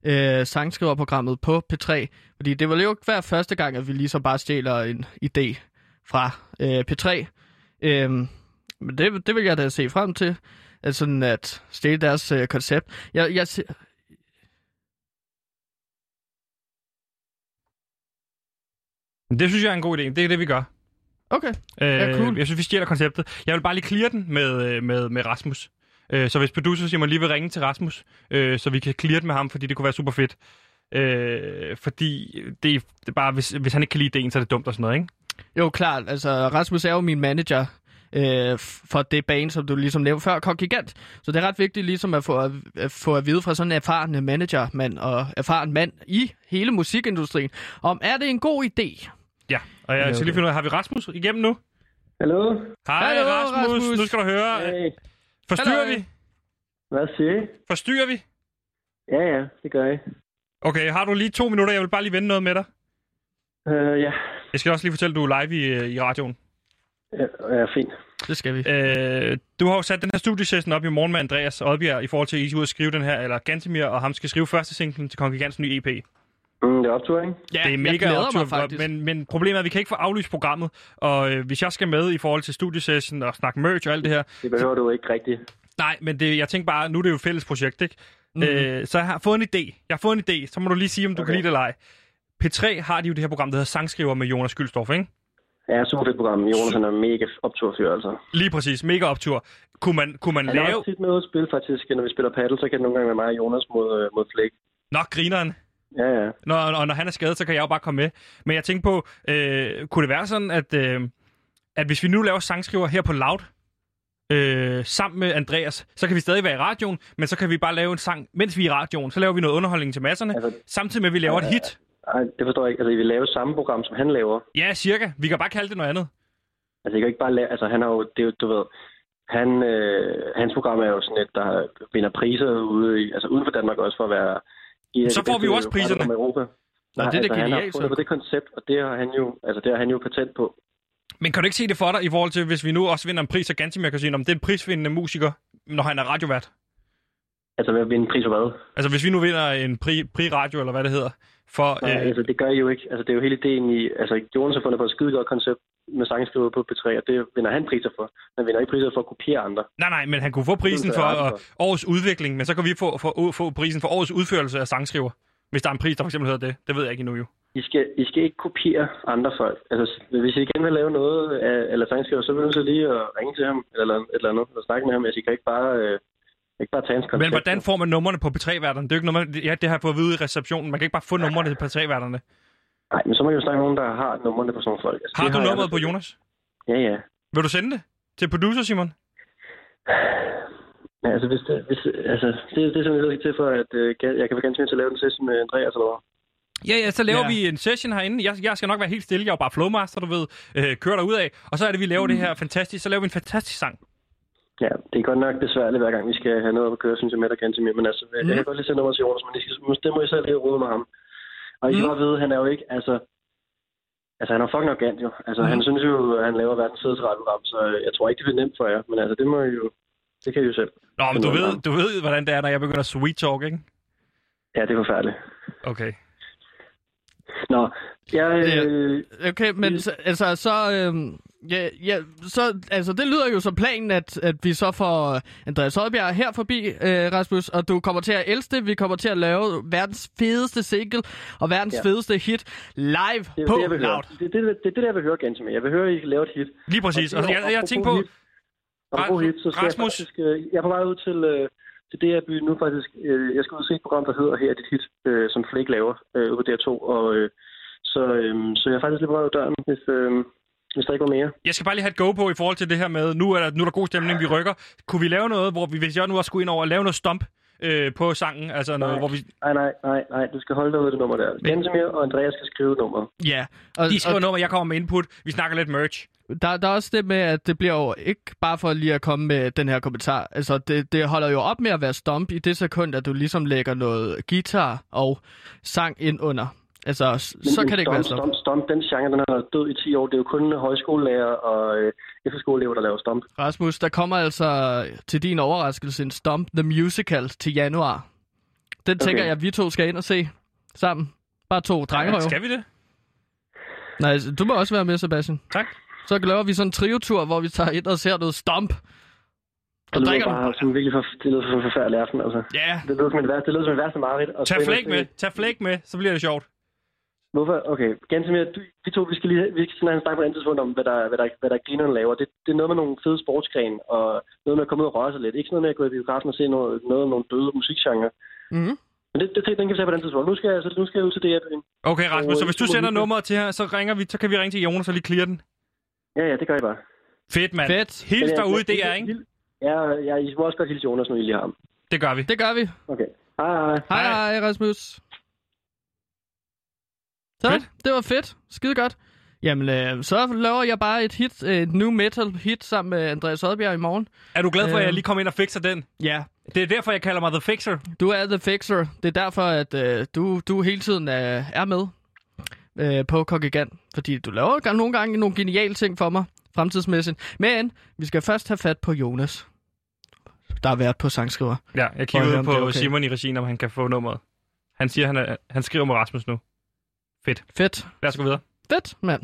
øh, sangskriverprogrammet på P3? Fordi det vil jo ikke være første gang, at vi ligesom bare stjæler en idé fra øh, P3. Øhm, men det, det vil jeg da se frem til, at sådan at stjæle deres øh, koncept. Jeg, jeg, se- det synes jeg er en god idé. Det er det, vi gør. okay, Øh, Ja, cool. Jeg synes, vi stjæler konceptet. Jeg vil bare lige clear den med, øh, med, med Rasmus. Øh, så hvis producer Simon lige vil ringe til Rasmus, øh, så vi kan clear den med ham, fordi det kunne være super fedt. Øh, fordi det er det er bare, hvis, hvis han ikke kan lide ideen, så er det dumt og sådan noget, ikke? jo klart, altså Rasmus er jo min manager øh, f- for det band, som du ligesom nævnte før, Kong Gigant. Så det er ret vigtigt ligesom at få at, at, få at vide fra sådan en erfaren managermand og erfaren mand i hele musikindustrien, om er det en god idé? Ja, og jeg skal lige finde ud af, har vi Rasmus igennem nu? Hallo? Hej Hallo, Rasmus. Rasmus. nu skal du høre. Hey. Forstyrrer Hallo. vi? Hvad siger I? Forstyrrer vi? Ja, ja, det gør jeg. Okay, har du lige to minutter? Jeg vil bare lige vende noget med dig. Uh, ja. Jeg skal også lige fortælle, at du er live i, øh, i radioen. ja, ja, fint. Det skal vi. Øh, du har jo sat den her studiesession op i morgen med Andreas Odbjerg i forhold til, at I skal ud og skrive den her, eller Gantemir og ham skal skrive første singlen til Kongigans nye EP. Ja, Mm, det er optur, ikke? Ja, E det er jeg mega glæder optur, mig faktisk. men, men problemet er, at vi kan ikke få aflyst programmet, og øh, hvis jeg skal med i forhold til studiesession og snakke merch og alt det her, Det behøver du ikke rigtigt. nej, men det, jeg tænker bare, nu er det jo et fælles projekt, ikke? Mhm. Mm. Øh, så jeg har fået en idé. Jeg har fået en idé, så må du lige sige, om du okay. kan lide det eller ej. P3 har de jo det her program, der hedder Sangskriver med Jonas Gyldstorff, ikke? Ja, super fedt program. Jonas han er mega opturfyr, altså. Lige præcis. Mega optur. Kunne man, kunne man Han er lave... også tit med at spille, faktisk. Når vi spiller paddle, så kan det nogle gange være mig og Jonas mod, øh, mod Flake. Nå, grineren. Ja, ja. Når, og når han er skadet, så kan jeg jo bare komme med. Men jeg tænkte på, øh, kunne det være sådan, at, øh, at hvis vi nu laver sangskriver her på Loud, øh, sammen med Andreas, så kan vi stadig være i radioen, men så kan vi bare lave en sang, mens vi er i radioen. Så laver vi noget underholdning til masserne, Altså- samtidig med, at vi laver et hit. Ej, det forstår jeg ikke. Altså, I vil lave samme program, som han laver. Ja, cirka. Vi kan bare kalde det noget andet. Altså, jeg kan ikke bare lave... Altså, han har jo... Det er jo, du ved... Han, øh, hans program er jo sådan et, der vinder priser ude i, altså uden for Danmark også, for at være... I Så får vi jo også priserne. Fra Europa. Nå, det er da han har genialt, så. fundet på det koncept, og det har han jo, altså, det har han jo patent på. Men kan du ikke se det for dig i forhold til, hvis vi nu også vinder en pris, så Gantimir kan sige, om det er en prisvindende musiker, når han er radiovært? Altså ved at vinde en pris for hvad? Altså, hvis vi nu vinder en pri, pri-radio, eller hvad det hedder, for... Nej, øh, altså det gør I jo ikke. Altså det er jo hele ideen i... Altså Jonas har fundet på et skide godt koncept med sangskriver på P3, og det vinder han priser for. Man vinder ikke priser for at kopiere andre. nej, nej, men han kunne få prisen Det for er det, øh, årets udvikling, men så kan vi få, få, få prisen for årets udførelse af sangskriver. Hvis der er en pris, der for eksempel hedder det. Det ved jeg ikke endnu jo. I skal, I skal ikke kopiere andre folk. Altså, hvis I gerne vil lave noget af eller sangskriver, så vil du så lige at ringe til ham eller et eller andet, eller snakke med ham. Altså, I kan ikke bare, øh, ikke bare tage hans koncept. Men hvordan får man numrene på P3-værterne? Det er jo ikke noget, man, ja, det har jeg fået at vide i receptionen. Man kan ikke bare få numrene til P3-værterne. Nej, men så må I jo snakke med nogen, der har numrene på sådan nogle folk. Altså, Har det du jeg nummeret på aldrig. Jonas? Ja, ja. Vil du sende det til producer, Simon? Ja, altså, hvis det, hvis, altså, det, det er sådan, jeg skal til for, at øh, kan- jeg kan være ganske til at lave den session med Andreas eller hvad. Ja, ja, så laver Ja. ja. vi en session herinde. Jeg, jeg skal nok være helt stille. Jeg er jo bare flowmaster, du ved. Øh, kører dig ud af. Og så er det, vi laver mm. det her fantastisk. Så laver vi en fantastisk sang. Ja, det er godt nok besværligt, hver gang vi skal have noget op at køre, synes jeg, med og ganske mere. Men altså, mm. jeg kan godt lige sende nummer til Jonas, men I skal, det må I selv lige rode med ham. Og I skal bare vide, han er jo ikke, altså... Altså, han er fucking arrogant jo. Altså, mm. han synes jo, at han laver verdens fedeste radioprogram, så jeg tror ikke, det bliver nemt for jer. Men altså, det må I jo... Det kan I jo selv. Nå, men Det du må jeg ved, gerne. du ved, hvordan det er, når jeg begynder at sweet talk, ikke? Ja, det er forfærdeligt. Okay. Nå, jeg... Øh, Okay, men så, altså, så... Øh, ja, ja, så, altså, det lyder jo som planen, at, at vi så får Andreas Højbjerg her forbi, øh, Rasmus, og du kommer til at elske det. Vi kommer til at lave verdens fedeste single og verdens ja. Ja. fedeste hit live det er på jo det, jeg vil høre. Loud. Det, det, det, det er det, jeg vil høre, Gansimir. Jeg vil høre, at I laver et hit. Lige præcis. Og det- jeg, jeg apropos tænkte på... hit- apropos Ras- hit, så skal Rasmus- Jeg, faktisk, øh, jeg er på vej ud til, øh, til DR Byen nu faktisk. Øh, jeg skal ud og se et program, der hedder Her er dit hit, øh, som Flake laver øh, ude på DR2. Og, øh, så, øh, så jeg er faktisk lidt på vej ud af døren, hvis, øh, hvis der ikke var mere. Jeg skal bare lige have et go på i forhold til det her med, nu er der, nu er der god stemning, vi rykker. Kunne vi lave noget, hvor vi, hvis jeg nu også skulle ind over, lave noget stomp øh, på sangen? Altså noget, Nej. hvor vi... Nej, nej, nej, nej. Du skal holde dig ud af det nummer der. Gansimir og Andreas skal skrive nummeret. Ja, og, De skriver og noget, hvor jeg kommer med input. Vi snakker lidt merch. der, der er også det med, at det bliver jo ikke bare for lige at komme med den her kommentar. Altså, det, det holder jo op med at være stomp i det sekund, at du ligesom lægger noget guitar og sang ind under. Altså, s- så kan det ikke stomp, være stomp. Stomp, stomp, den genre, den har været død i 10 år. Det er jo kun højskolelærer og øh, efterskoleelever, der laver stomp. Rasmus, der kommer altså til din overraskelse en Stomp the Musical til januar. Den okay. tænker jeg, at vi to skal ind og se sammen. Bare to drengerøv. Skal vi det? Nej, altså, du må også være med, Sebastian. Tak. Så laver vi sådan en triotur, hvor vi tager ind og ser noget Stomp. Det Og lyder drikker bare bare... som virkelig for, det lyder som en forfærdelig aften, altså. Ja. Det lyder som en værste, det lyder som en værste mareridt. Og Tag så- flake med. Tag flake med, så bliver det sjovt. Hvorfor? Okay, Gansimir, du, vi to, vi skal lige vi skal sådan have en snak på et andet tidspunkt om, hvad der, hvad der, hvad der grinerne laver. Det, det er noget med nogle fede sportsgrene, og noget med at komme ud og røre sig lidt. Ikke sådan noget med at gå i biografen og se noget, noget om nogle døde musikgenre. Mhm. Men det, det, det, den kan vi tage på et andet tidspunkt. Nu skal jeg, så, nu skal jeg ud til DR-byen. Okay, Rasmus, så Øh, hvis du super sender hyggeligt. nummeret til her, så, ringer vi, så kan vi ringe til Jonas og lige clear den. Ja, ja, det gør jeg bare. Fedt, mand. Fedt. Hils Men, derude, altså, det er, ikke? Ja, ja, I må også godt hilse Jonas, nu I lige har ham. Det gør vi. Det gør vi. Okay. Hej, hej. Hej, Hej. hej, Rasmus. Så, Fedt. fedt. det var fedt. Skide godt. Jamen, øh, så laver jeg bare et hit, øh, et new metal hit sammen med Andreas Odbjerg i morgen. Er du glad for, at jeg Øh. lige kom ind og fikser den? Ja, Det er derfor, jeg kalder mig The Fixer. Du er the fixer. Det er derfor, at øh, du, du hele tiden er, er med øh, på Kongigant. Fordi du laver ga- nogle gange nogle geniale ting for mig, fremtidsmæssigt. Men vi skal først have fat på Jonas, der har været på sangskriver. Ja, jeg For at høre, kiggede om på det er okay. Simon i regien, om han kan få nummeret. Han siger, han, er, han skriver med Rasmus nu. Fedt. Lad os gå videre. Fedt, mand.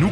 Nu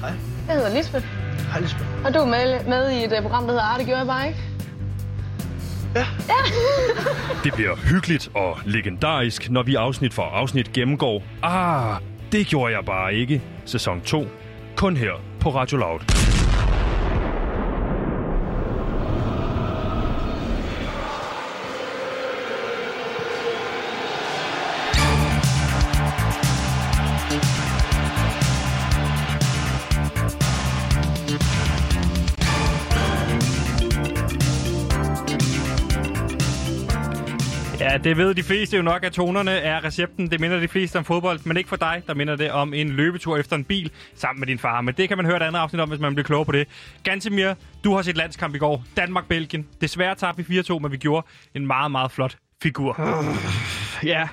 Hej. Jeg hedder Lisbeth. Hej Lisbeth. Og du er med, med i et øh, program, der hedder Arte, gjorde jeg bare ikke? Det bliver hyggeligt og legendarisk, når vi afsnit for afsnit gennemgår Ah, det gjorde jeg bare ikke. Sæson 2. Kun her på Radio Loud. Ja, Ja, det ved de fleste jo nok, at tonerne er recepten. Det minder de fleste om fodbold, men ikke for dig. Der minder det om en løbetur efter en bil sammen med din far. Men det kan man høre et andet afsnit om, hvis man bliver klogere på det. Gantemir, du har set landskamp i går. Danmark-Belgien. Desværre tabte vi 4-2, men vi gjorde en meget, meget flot figur. Ja,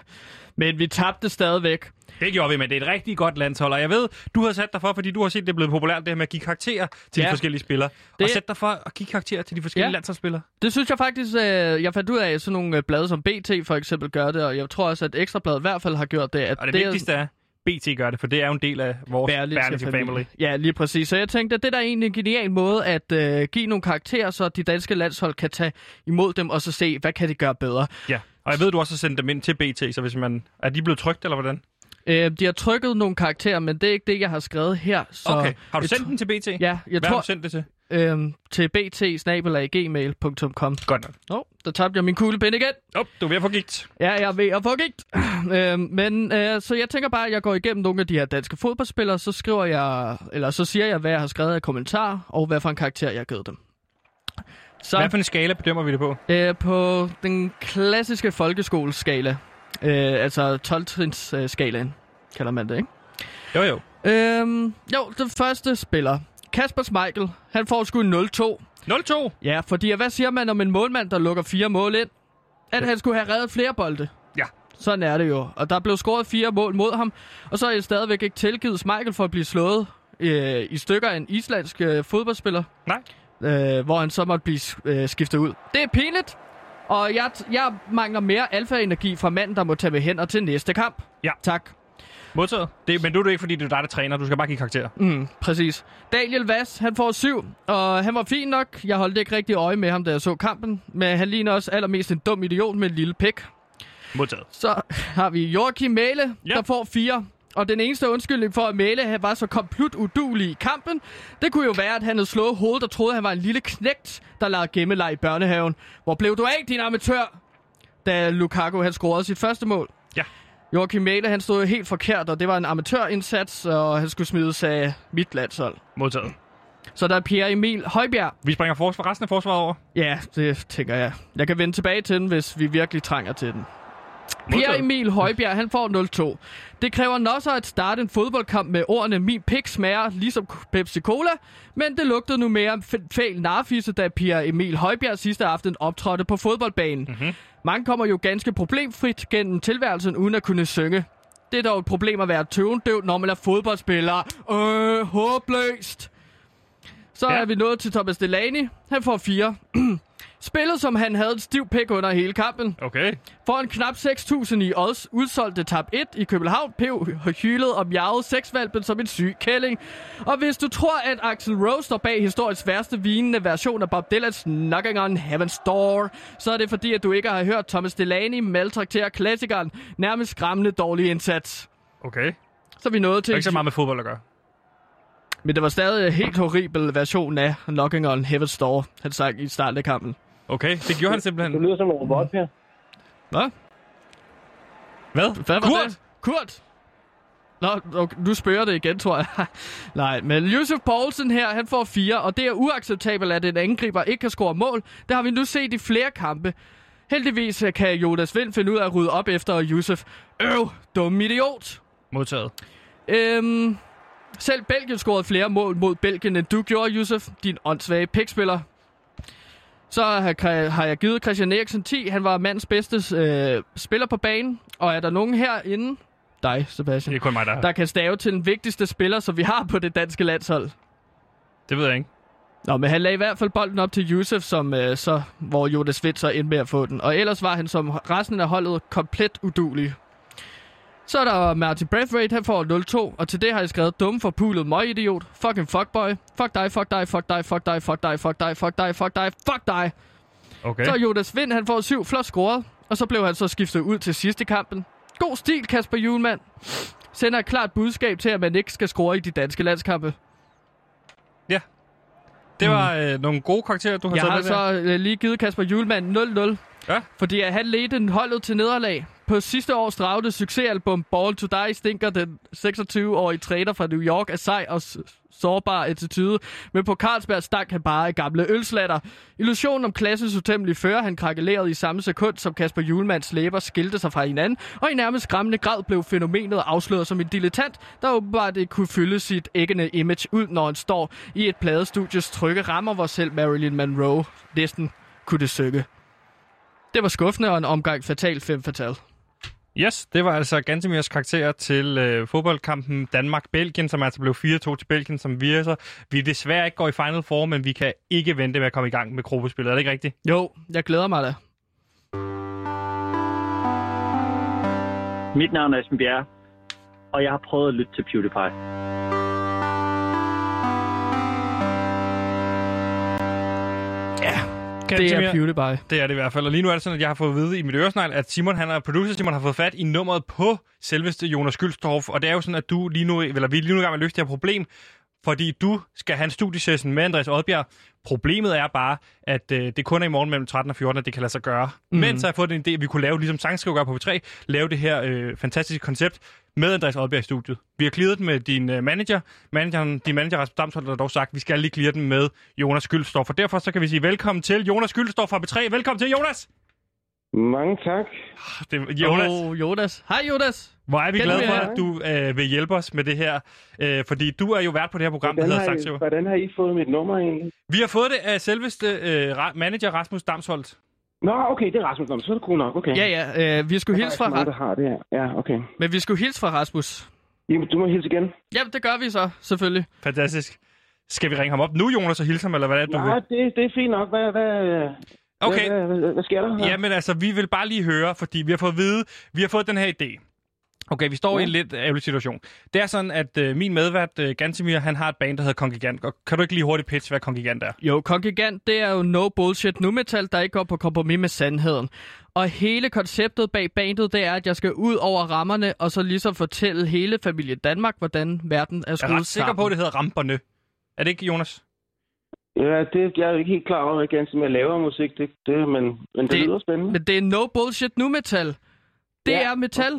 men vi tabte stadigvæk. Det gjorde vi, men det er et rigtig godt landshold, og jeg ved, du har sat dig for, fordi du har set, det er blevet populært, det her med at give karakterer til ja. Ja. de forskellige spillere. Det... Og Det- sæt dig for at give karakterer til de forskellige ja. Ja. landsholdsspillere. Det synes jeg faktisk, øh, jeg fandt ud af, at sådan nogle øh, blade som BT for eksempel gør det, og jeg tror også, at Ekstrabladet i hvert fald har gjort det. At Og det, det vigtigste er, BT gør det, for det er jo en del af vores Berlingske Family. family. Ja, lige præcis. Så jeg tænkte, at det der er egentlig en genial måde at øh, give nogle karakterer, så de danske landshold kan tage imod dem og så se, hvad kan de gøre bedre. Ja, og jeg ved, du også har sendt dem ind til BT, så hvis man... Er de blevet trygt, eller hvordan? Øh, de har trykket nogle karakterer, men det er ikke det, jeg har skrevet her. Så Okay. Har du jeg sendt tr- den til BT? Ja, jeg Hvad har tror du sendt det til? øhm, til bt-gmail.com. Godt nok. Nå, oh, der tabte jeg min kuglepind igen. Op, du er ved at få gigt. Ja, jeg er ved at få gigt. øhm, men øh, så jeg tænker bare, at jeg går igennem nogle af de her danske fodboldspillere, så skriver jeg, eller så siger jeg, hvad jeg har skrevet af kommentarer, og hvad for en karakter jeg har givet dem. Så Hvad for en skala bedømmer vi det på? øh, på den klassiske folkeskoleskala, øh, altså 12-trins øh, skalaen, kalder man det, ikke? Jo, jo. Øhm, jo, den første spiller, Kasper Schmeichel, han får sgu en 0-2. 0-2. Ja, fordi hvad siger man om en målmand, der lukker fire mål ind? At han skulle have reddet flere bolde. Ja. Sådan er det jo. Og der blev scoret fire mål mod ham, og så er jeg stadigvæk ikke tilgivet Michael for at blive slået øh, i stykker af en islandsk øh, fodboldspiller. Nej. Øh, hvor han så måtte blive øh, skiftet ud. Det er pinligt, og jeg, jeg mangler mere alfa-energi fra manden, der må tage med hænder til næste kamp. Ja. Tak. Modtaget. Det, men nu er det ikke, fordi det er dig, der træner. Du skal bare give karakterer. Mm, præcis. Daniel Vass, han får syv, og han var fin nok. Jeg holdt ikke rigtig øje med ham, da jeg så kampen, men han ligner også allermest en dum idiot med en lille pik. Modtaget. Så har vi Joachim Mæle, Ja. ja. der får fire. Og den eneste undskyldning for, at Mæle han var så komplet udulig i kampen, det kunne jo være, at han havde slået hovedet og troede, at han var en lille knægt, der lavede gemmeleg i børnehaven. Hvor blev du af, din amatør? Da Lukaku han scorede sit første mål. Ja. Joachim Mæle, han stod jo helt forkert, og det var en amatørindsats, og han skulle smides af mit landshold. Modtaget. Så der er Pierre Emil Højbjerg. Vi springer forsvar, resten af forsvaret over. Ja, det tænker jeg. Jeg kan vende tilbage til den, hvis vi virkelig trænger til den. Pierre Emil Højbjerg, han får 0-2. Det kræver nok så at starte en fodboldkamp med ordene Min pik smager ligesom Pepsi Cola, men det lugtede nu mere f- fæl narfisse, da Pierre Emil Højbjerg sidste aften optrådte på fodboldbanen. Mm-hmm. Mange kommer jo ganske problemfrit gennem tilværelsen uden at kunne synge. Det er dog et problem at være tøvendøv, når man er fodboldspiller. Øh, håbløst. Så Ja. ja. er vi nået til Thomas Delaney. Han får 4. Spillet, som han havde en stiv pik under hele kampen. Okay. For en knap 6.000 i odds udsolgte tab 1 i København pev og hylet og miavede sexvalpen som en syg kælling. Og hvis du tror, at Axel Rose står bag historiens værste vinende version af Bob Dylan's Knocking on Heaven's Door, så er det fordi, at du ikke har hørt Thomas Delaney maltraktere klassikeren nærmest skræmmende dårlig indsats. Okay. Det Så er vi nåede er til... ikke så meget med fodbold at gøre. Men det var stadig en helt horribel version af Knocking on Heaven's Door, han sang i starten af kampen. Okay, det gjorde han Du simpelthen. lyder som en robot, Per. Hvad? Hvad? Hvad var Kurt? det? Kurt! Nå, okay, nu spørger det igen, tror jeg. Nej, men Yusuf Poulsen her, han får fire, og det er uacceptabelt, at en angriber ikke kan score mål. Det har vi nu set i flere kampe. Heldigvis øh, kan Jonas Vind finde ud af at rydde op efter Yusuf. Øv, dum idiot! Modtaget. Øhm, selv Belgien scorede flere mål mod Belgien, end du gjorde, Yusuf. Din åndssvage pikspiller. Så har Kre- har jeg givet Christian Eriksen 10. Han var mandens bedste øh, spiller på banen. Og er der nogen herinde? Dig, Det er Sebastian. kun mig, der... Der kan stave til den vigtigste spiller, som vi har på det danske landshold. Det ved jeg ikke. Nå, men han lagde i hvert fald bolden op til Yusuf, som, øh, så, hvor Jonas Vind så endte med at få den. Og ellers var han som resten af holdet komplet udulig. Så er der Martin Braithwaite, han får 0-2, og til det har jeg skrevet dumme forpulet møgidiot, fucking fuckboy, fuck dig, fuck dig, fuck dig, fuck dig, fuck dig, fuck dig, fuck dig, fuck dig, fuck dig. Okay. Så er Jonas Vind, han får syv flot scoret, og så blev han så skiftet ud til sidste kampen. God stil, Kasper Julemand. Sender et klart budskab til, at man ikke skal score i de danske landskampe. Det var øh, nogle gode karakterer, du har Jeg taget har med der. så øh, lige givet Kasper Julemand 0-0. Ja. Fordi at han ledte holdet til nederlag. På sidste års dragte succesalbum Ball to Die stinker den 26-årige trader fra New York af sej og s- sårbar attitude, men på Carlsberg stank han bare af gamle ølslatter. Illusionen om klassens utemmelige fører, han krakkelerede i samme sekund, som Kasper Julmans læber skilte sig fra hinanden, og i nærmest skræmmende grad blev fænomenet afsløret som en dilettant, der åbenbart ikke kunne fylde sit æggende image ud, når han står i et pladestudies trygge rammer, hvor selv Marilyn Monroe næsten kunne det synge. Det var skuffende og en omgang fatal 5 fatal. Yes, det var altså Gantemirs karakter til øh, fodboldkampen Danmark-Belgien, som altså blev 4-2 til Belgien, som vi så. Vi desværre ikke går i Final Four, men vi kan ikke vente med at komme i gang med gruppespillet. Er det ikke rigtigt? Jo, jeg glæder mig da. Mit navn er Esben Bjerre, og jeg har prøvet at lytte til PewDiePie. Det er PewDiePie. Det er det i hvert fald. Og lige nu er det sådan, at jeg har fået at vide i mit øresnegl, at Simon, han er, producer Simon har fået fat i nummeret på selveste Jonas Gyldstorff. Og det er jo sådan, at du lige nu, eller vi er lige nu i gang med at løse det her problem, fordi du skal have en studiesession med Andreas Oddbjerg. Problemet er bare, at øh, det kun er i morgen mellem 13 og 14, at det kan lade sig gøre. Mm. Men så har jeg fået den idé, at vi kunne lave, ligesom sangskriver gør på P3, lave det her øh, fantastiske koncept med Andreas Oddbjerg i studiet. Vi har clearet den med din øh, manager. Manageren, din manager, Rasmus Damsholdt, har dog sagt, at vi skal lige cleare den med Jonas Gyldstorff. Og derfor så kan vi sige velkommen til Jonas Gyldstorff fra P3. Velkommen til, Jonas! Mange tak. Det, Jonas, oh. Oh, Jonas. Hej Jonas. hvor er vi Kender glade vi for, jer? at du øh, vil hjælpe os med det her. Øh, fordi du er jo vært på det her program, der Hvordan hedder har, I, Sangskriver. hvordan har I fået mit nummer egentlig? Vi har fået det af selveste øh, ra- manager Rasmus Damsholdt. Nå, okay, det er Rasmus. Nå, men så er det cool nok, okay. Ja, ja, øh, vi skulle hilse fra Der er mange, Rasmus. der har det her. Ja, okay. Men vi skulle hilse fra Rasmus. Jamen, du må hilse igen. Jamen, det gør vi så, selvfølgelig. Fantastisk. Skal vi ringe ham op nu, Jonas, og hilse ham, eller hvad er det, du Nej, vil? det, det er fint nok. Hvad, hvad, Okay. hvad, hvad, hvad, hvad sker der? Jamen altså, vi vil bare lige høre, fordi vi har fået at vide, vi har fået den her idé. Okay, vi står i en lidt ærgerlig situation. Det er sådan, at øh, min medvært, øh, Gantemir, han har et band, der hedder Kongigant. Og kan du ikke lige hurtigt pitche, hvad Kongigant er? Jo, Kongigant, det er jo no bullshit nu metal, der ikke går på kompromis med sandheden. Og hele konceptet bag bandet, det er, at jeg skal ud over rammerne, og så ligesom fortælle hele familien Danmark, hvordan verden er Jeg skruet er ret sikker sammen. på, at det hedder Ramperne. Er det ikke, Jonas? Ja, det, jeg er jo ikke helt klar over, hvad Gansim jeg laver af musik, det, det, men, men det, Det- det, lyder spændende. Men det er no bullshit nu metal. Det Mm. Ja, er metal.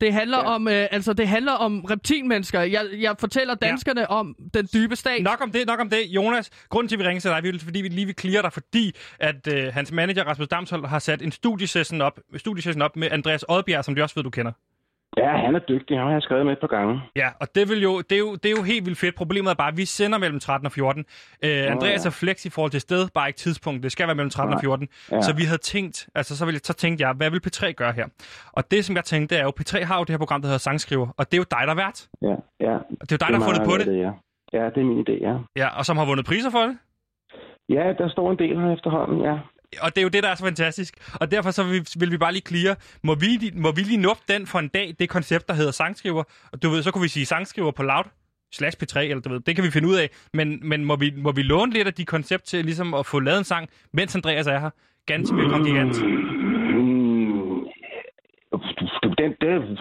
Det handler ja. om øh, altså det handler om reptilmennesker. Jeg, jeg fortæller danskerne ja. om den dybe stat. Nok om det, nok om det. Jonas, grunden til, at vi ringer til dig, vi vil, fordi vi lige vil clear dig, fordi at øh, hans manager, Rasmus Damsholdt, har sat en studiesession op, studiesession op med Andreas Oddbjerg, som du også ved, du kender. Ja, han er dygtig. Han har jeg skrevet med et par gange. Ja, og det, vil jo, det, er jo, det er jo helt vildt fedt. Problemet er bare, at vi sender mellem 13 og 14. Øh, Andreas ja. er flex i forhold til sted, bare ikke tidspunkt. Det skal være mellem 13 og Nej. 14. Ja. Ja. Så vi havde tænkt, altså så, ville, så tænkte jeg, hvad vil P3 gøre her? Og det, som jeg tænkte, er jo, P3 har jo det her program, der hedder Sangskriver, og det er jo dig, der er vært. Ja, ja. Og det er jo dig, der har fundet på det. ja. ja, det er min idé, ja. Ja, og som har vundet priser for det. Ja, der står en del her efterhånden, ja. Og det er jo det, der er så fantastisk. Og derfor så vil, vil vi bare lige clear. Må vi, må vi lige nuppe den for en dag, det koncept, der hedder sangskriver? Og du ved, så kunne vi sige sangskriver på loud slash P3, eller du ved, det kan vi finde ud af. Men, men må, vi, må vi låne lidt af de koncept til ligesom at få lavet en sang, mens Andreas er her? Ganske med kom gigant. Mm, den, den,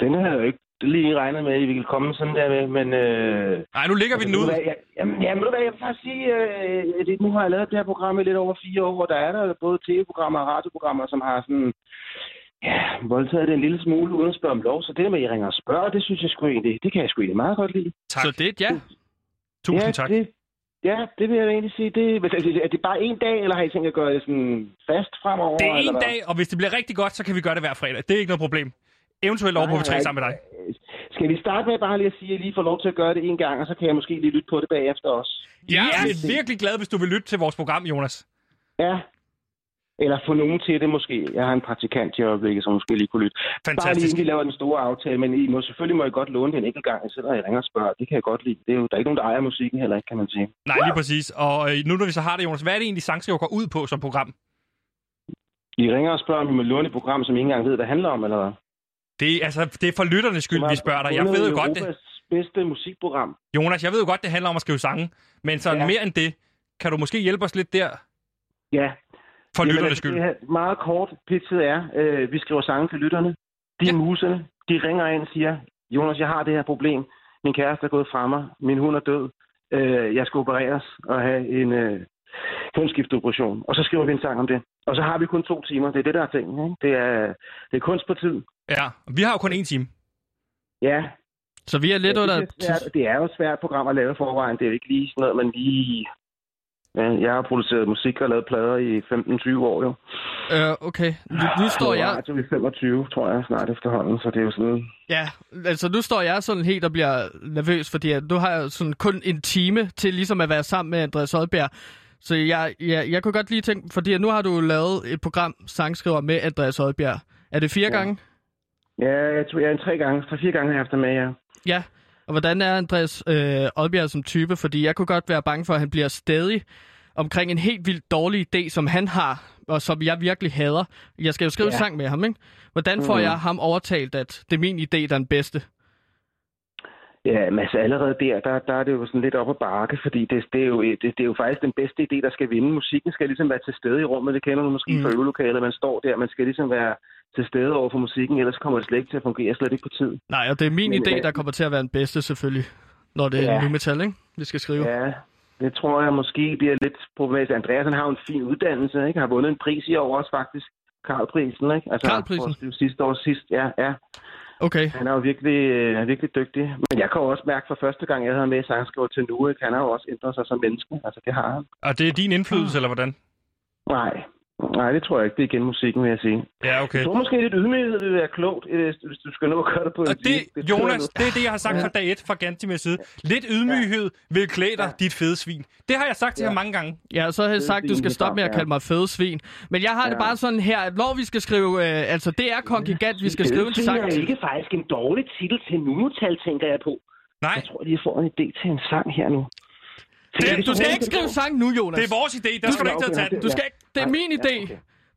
den havde jeg jo ikke lige regnet med, at I ville komme sådan der med, men... Øh, Nej, nu ligger vi den ved du ud. hvad, jeg- Jamen, jamen, ved du hvad, jeg vil faktisk sige, øh, at nu har jeg lavet det her program i lidt over fire år, hvor der er der både tv-programmer og radioprogrammer, som har sådan, ja, voldtaget det en lille smule uden at spørge om lov. Så det der med, at I ringer og spørger, det synes jeg sgu egentlig, det kan jeg sgu egentlig meget godt lide. Tak. Så det er et ja. Tusind ja, tak. Det, ja, det vil jeg egentlig sige. Det, men er det- er det bare en dag, eller har I tænkt at gøre det sådan fast fremover? Det er eller en hvad? dag, og hvis det bliver rigtig godt, så kan vi gøre det hver fredag. Det er ikke noget problem. Eventuelt over på Nej, P3 nej. sammen med dig. Skal vi starte med bare lige at sige, at I lige får lov til at gøre det en gang, og så kan jeg måske lige lytte på det bagefter også? Ja, jeg er virkelig glad, hvis du vil lytte til vores program, Jonas. Ja. Eller få nogen til det måske. Jeg har en praktikant i øjeblikket, som måske lige kunne lytte. Bare lige Fantastisk. inden vi laver den store aftale, men I må, selvfølgelig må I godt låne den enkelt gang, selvom jeg ringer og spørger. Det kan jeg godt lide. Det er jo, der er ikke nogen, der ejer musikken heller ikke, kan man sige. Nej, lige præcis. Og øh, nu når vi så har det, Jonas, hvad er det egentlig, sangskriver går ud på som program? I ringer og spørger, om I må låne et program, som I ikke engang ved, hvad det handler om, eller hvad? Det, er- altså, det er for lytternes skyld, vi spørger dig. Jeg ved jo godt, det, Europas bedste musikprogram. Jonas, jeg ved jo godt, det handler om at skrive sange. Men sådan ja. Ja. mere end det, kan du måske hjælpe os lidt der Ja. for Jamen, lytternes altså, skyld? Det her meget kort pitchet er, øh, vi skriver sange til lytterne. De ja. muserne, de ringer ind og siger, Jonas, jeg har det her problem. Min kæreste er gået fra mig. Min hund er død. Øh, jeg skal opereres og have en, øh, kunstskiftoperation. Og så skriver vi en sang om det. Og så har vi kun to timer. Det er det, der er tingen. Ikke? Det, er, det er kunst på tid. Ja, vi har jo kun én time. Ja. Så vi er lidt ja, under... Det er, svært, det er jo et svært program at lave i forvejen. Det er jo ikke lige sådan noget, man lige... Ja, jeg har produceret musik og lavet plader i 15-20 år jo. Øh, okay. Nu, nu står jeg... Jeg Ah, er 25, tror jeg, snart efterhånden, så det er jo sådan... Ja, altså nu står jeg sådan helt og bliver nervøs, fordi at nu har jeg sådan kun en time til ligesom at være sammen med Andreas Odberg. Så jeg, jeg, jeg kunne godt lige tænke, fordi at nu har du lavet et program, sangskriver med Andreas Odbjerg. Er det fire ja. gange? Ja, jeg tror, jeg er en tre gange, tre-fire gange har jeg haft ham med, ja. Ja, og hvordan er Andreas øh, Odbjerg som type? Fordi jeg kunne godt være bange for, at han bliver stadig omkring en helt vildt dårlig idé, som han har, og som jeg virkelig hader. Jeg skal jo skrive ja. Ja. sang med ham, ikke? Hvordan får Mhm. jeg ham overtalt, at det er min idé, der er den bedste? Ja, men altså allerede der, der, der er det jo sådan lidt op ad bakke, fordi det, det, er jo, det, det er jo faktisk den bedste idé, der skal vinde. Musikken skal ligesom være til stede i rummet, det kender du måske mm. fra øvelokalet, man står der, man skal ligesom være til stede over for musikken, ellers kommer det slet ikke til at fungere, slet ikke på tid. Nej, og det er min Men, idé, øh, der kommer til at være den bedste, selvfølgelig. Når det er Ja. nu metal, ikke? Vi skal skrive. Ja, det tror jeg måske bliver lidt problematisk. Andreas han har jo en fin uddannelse, ikke? har vundet en pris i år også faktisk. Karlprisen, ikke? Altså, Carlprisen? Det var sidste år sidst, ja, ja. Okay. Han er jo virkelig, øh, han er virkelig dygtig. Men jeg kan jo også mærke fra første gang, jeg havde ham med i sangskriver til nu, ikke? han har jo også ændret sig som menneske. Altså, det har han. Og det er din indflydelse, eller hvordan? Nej. Nej, det tror jeg ikke. Det er igen musikken, vil jeg sige. Ja, okay. Jeg tror måske lidt ydmyghed vil være klogt, øh, hvis du skal nå at gøre det på en Og time. det, Jonas, det er det, jeg har sagt fra dag 1 fra Gantimas side. Lidt ydmyghed vil klæde dig, dit fede svin. Det har jeg sagt til ham mange gange. Ja, og så har jeg Fede sagt, du svin, skal det stoppe med er at klart, kalde mig fede svin. Men jeg har det Ja. bare sådan her, at når vi skal skrive, øh, altså det er kongigant, vi skal skrive en Fede svin sang. er ikke faktisk en dårlig titel til numetal, tænker jeg på. Nej. Jeg tror, de får en idé til en sang her nu. Det, du skal ikke skrive sang nu, Jonas. Det er vores idé, der Du skal du ikke til at tage den. Du skal ikke, det er min idé.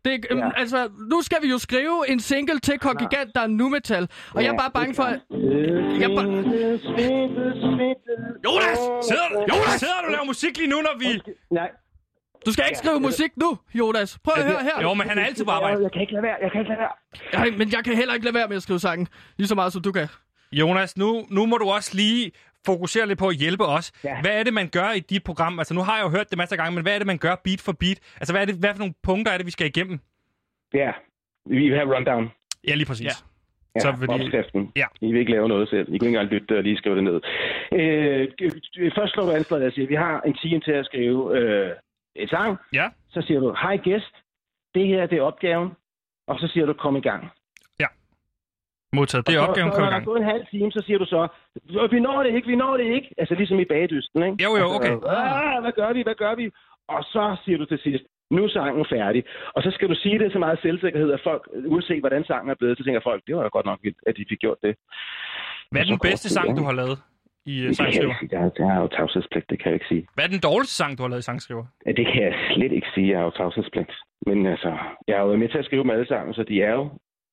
Det er, øhm, altså, nu skal vi jo skrive en single til Kongigant, der er nu metal. Og jeg er bare bange for... at- Jeg er bare... Jonas! Sidder, Jonas, sidder du og laver musik lige nu, når vi... Nej. Du skal ikke skrive musik nu, Jonas. Prøv at høre her. Jo, men han er altid på arbejde. Jeg kan ikke lade være, jeg kan ikke lade være. Nej, men jeg kan heller ikke lade være med at skrive sangen. Lige så meget, som du kan. Jonas, nu, nu må du også lige fokusere lidt på at hjælpe os. Ja. Hvad er det, man gør i dit program? Altså, nu har jeg jo hørt det masser af gange, men hvad er det, man gør beat for beat? Altså, hvad er det, hvad for nogle punkter er det, vi skal igennem? Ja, vi vil have rundown. Ja, lige præcis. Ja. Ja, Så så fordi- fordi... opskriften. Ja. I vil ikke lave noget selv. I kan ikke engang lytte og lige skrive det ned. Øh, øh, først slår du anslaget og siger, vi har en time til at skrive øh, et sang. Ja. Så siger du, hej gæst, det her det er opgaven. Og så siger du, kom i gang. Modtaget. Det er Og så- opgaven, så kom i når der gang. er gået en halv time, så siger du så, "Øh, vi når det ikke, vi når det ikke. Altså ligesom i bagdysten, ikke? Jo, jo, Altså, okay. "Ah, hvad gør vi, hvad gør vi? Og så siger du til sidst, nu er sangen færdig. Og så skal du sige det så meget selvsikkerhed, at folk, øh, uanset hvordan sangen er blevet, så tænker folk, det var da godt nok vildt, at de fik gjort det. Hvad er den bedste sang, du har lavet i uh, Det kan jeg sangskriver? ikke sige. Jeg har, jeg har jo tavshedspligt, det kan jeg ikke sige. Hvad er den dårligste sang, du har lavet i sangskriver? Ja, Det kan jeg slet ikke sige, jeg har jo tavshedspligt. Men altså, jeg har jo været med til at skrive dem alle sammen, så de er jo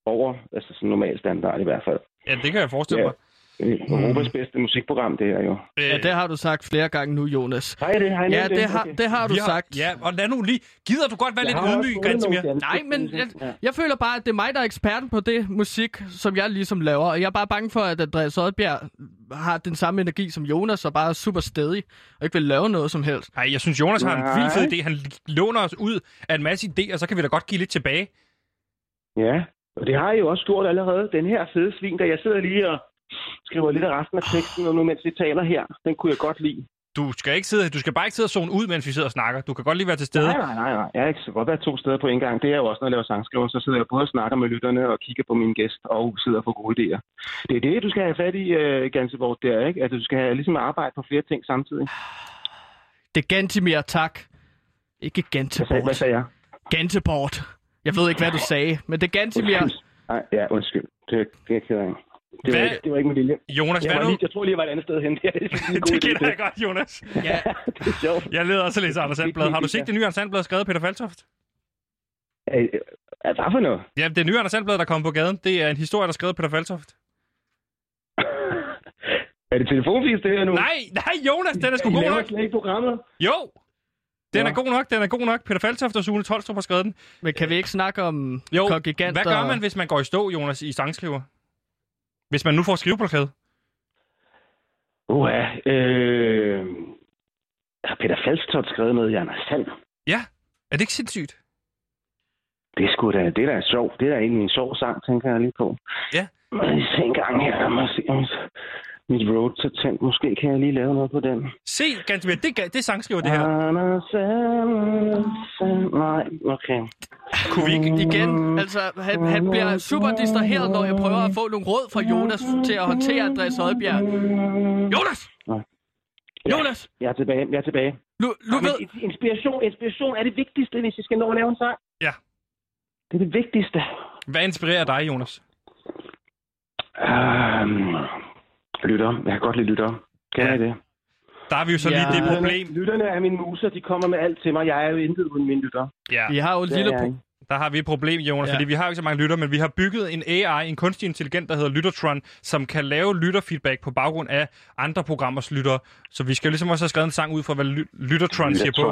over altså sådan normal standard i hvert fald. Ja, det kan jeg forestille Ja. mig. Øh, Øh, Mm. Europas bedste musikprogram, det er jo. Ja, det har du sagt flere gange nu, Jonas. Hej, det, hej, Ja, Niels. det har, Okay. det har du Vi sagt. Ja, og lad nu lige... Gider du godt være Jeg lidt har også ydmyg, fået Gantemir? nogle danske Nej, men priser. Ja. jeg, jeg føler bare, at det er mig, der er eksperten på det musik, som jeg ligesom laver. Og jeg er bare bange for, at Andreas Odbjerg har den samme energi som Jonas, og bare er super stedig, og ikke vil lave noget som helst. Nej, jeg synes, Jonas har en Nej. vild fed idé. Han låner os ud af en masse idéer, så kan vi da godt give lidt tilbage. Ja, og det har jeg jo også gjort allerede. Den her fede svin, der jeg sidder lige og skriver lidt af resten af teksten, og nu mens vi taler her, den kunne jeg godt lide. Du skal, ikke sidde, du skal bare ikke sidde og zone ud, mens vi sidder og snakker. Du kan godt lige være til stede. Nej, nej, nej, nej. Jeg er ikke så godt være to steder på en gang. Det er jo også, når jeg laver sangskriver, så sidder jeg både og snakker med lytterne og kigger på min gæst og sidder og får gode idéer. Det er det, du skal have fat i, uh, Ganseborg, der, ikke? Altså, du skal have, ligesom arbejde på flere ting samtidig. Det er Gantimir, tak. Ikke Hvad sagde, hvad Gantebort. sagde jeg? Gantebort. Jeg ved ikke, hvad du sagde, men det er Gantimir. Nej, ja, undskyld. Det, det er jeg ked af. Det var, Hvad- ikke, det var ikke min vilje. Jonas, Jeg, hvad var nu? lige, jeg tror lige, jeg var et andet sted hen. Det, er en god Det idé, kender jeg godt, Jonas. Ja, Det er sjovt. Jeg leder også og læser Anders Sandblad. Har du set det nye Anders Sandblad skrevet af Peter Faltoft? Øh, Hvad for noget? Ja, det nye Anders Sandblad, der kom på gaden, det er en historie, der er skrevet af Peter Faltoft. Er det telefonfis, det her nu? Nej, nej, Jonas, den er sgu I god laver nok. slet ikke programmet. Jo, den er Nå. god nok, den er god nok. Peter Faltoft og Sune Tolstrup har skrevet den. men kan vi ikke snakke om Jo, Kongigant? Hvad gør man, hvis man går i stå, Jonas, i sangskriver? Hvis man nu får skriveblokade? Uha, øh... har Peter Falstot skrevet noget i Anders Salm. Ja, er det ikke sindssygt? Det er sgu da, det er da sjovt. Det er da egentlig en sjov sang, tænker jeg lige på. Ja. Må jeg lige se en gang her, lad mig se om mit road til tændt. Måske kan jeg lige lave noget på den. Se, Gansomir, det, det er sangskriver, det Ah. her. Anders Salm, Salm, nej, okay. Kunne vi ikke igen? Altså, han, han bliver super distraheret, når jeg prøver at få nogle råd fra Jonas til at håndtere Andreas Højbjerg. Jonas! Ja, Jonas! Jeg er tilbage, jeg er tilbage. Nu, nu Ej, men ved... Inspiration, inspiration er det vigtigste, hvis I skal nå at lave en sang. Ja. Det er det vigtigste. Hvad inspirerer dig, Jonas? Øhm, lytter. Jeg kan godt lide lytter. Kan ja. jeg det? Der har vi jo så ja. lige det problem. Lytterne er mine muser, de kommer med alt til mig. Jeg er jo intet uden mine lytter. Ja. Vi har jo et Det er lille... jeg ikke. Pro- Der har vi et problem, Jonas, ja. Ja. fordi vi har jo ikke så mange lytter, men vi har bygget en AI, en kunstig intelligens, der hedder Lyttertron, som kan lave lytterfeedback på baggrund af andre programmers lyttere. Så vi skal jo ligesom også have skrevet en sang ud fra, hvad ly- Lyttertron siger på.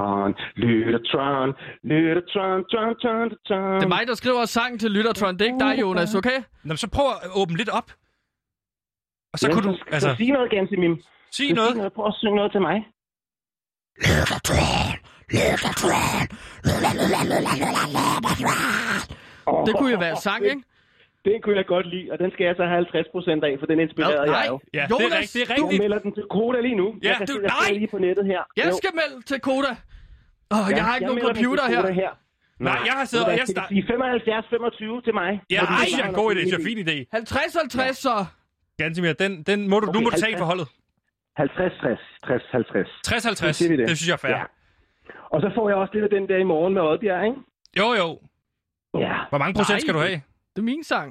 Lyttertron, lyttertron, lyttertron, tron, tron, tron. Det er mig, der skriver sangen til Lyttertron. Det er ikke dig, Jonas, okay? Nå, men så prøv at åbne lidt op. Og så Ja, kunne du... så, altså... så Altså, sig noget, Gansimim. sig noget. Prøv at synge noget til mig. Det kunne jo være en sang, ikke? Den kunne jeg godt lide, og den skal jeg så have 50 procent af, for den inspirerede Nå, jeg nej. jo. Ja, Jonas, det er rigtigt. Det er Du rigtigt. melder den til Koda lige nu. Ja, jeg kan du- se, jeg ser nej! lige på nettet her. Jeg Jo. skal melde til Koda. Åh, Ja, jeg har ikke nogen melder den til computer her. Koda Nej, jeg har siddet og... Jeg Kan start... vi sige 75, 25 til mig? Ja, Når du ej, starter ja, god idé. Det er med en fin idé. 50-50, så. Gansimir, den, den må du, nu Okay, må du tage halvfjerds. for holdet. 50, 60, 60, 50. 60-50, Så siger vi det. det. synes jeg er fair. Ja. Og så får jeg også lidt af den der i morgen med Oddbjerg, ikke? Jo, jo. Ja. Hvor mange procent Nej. skal du have? Det er min sang.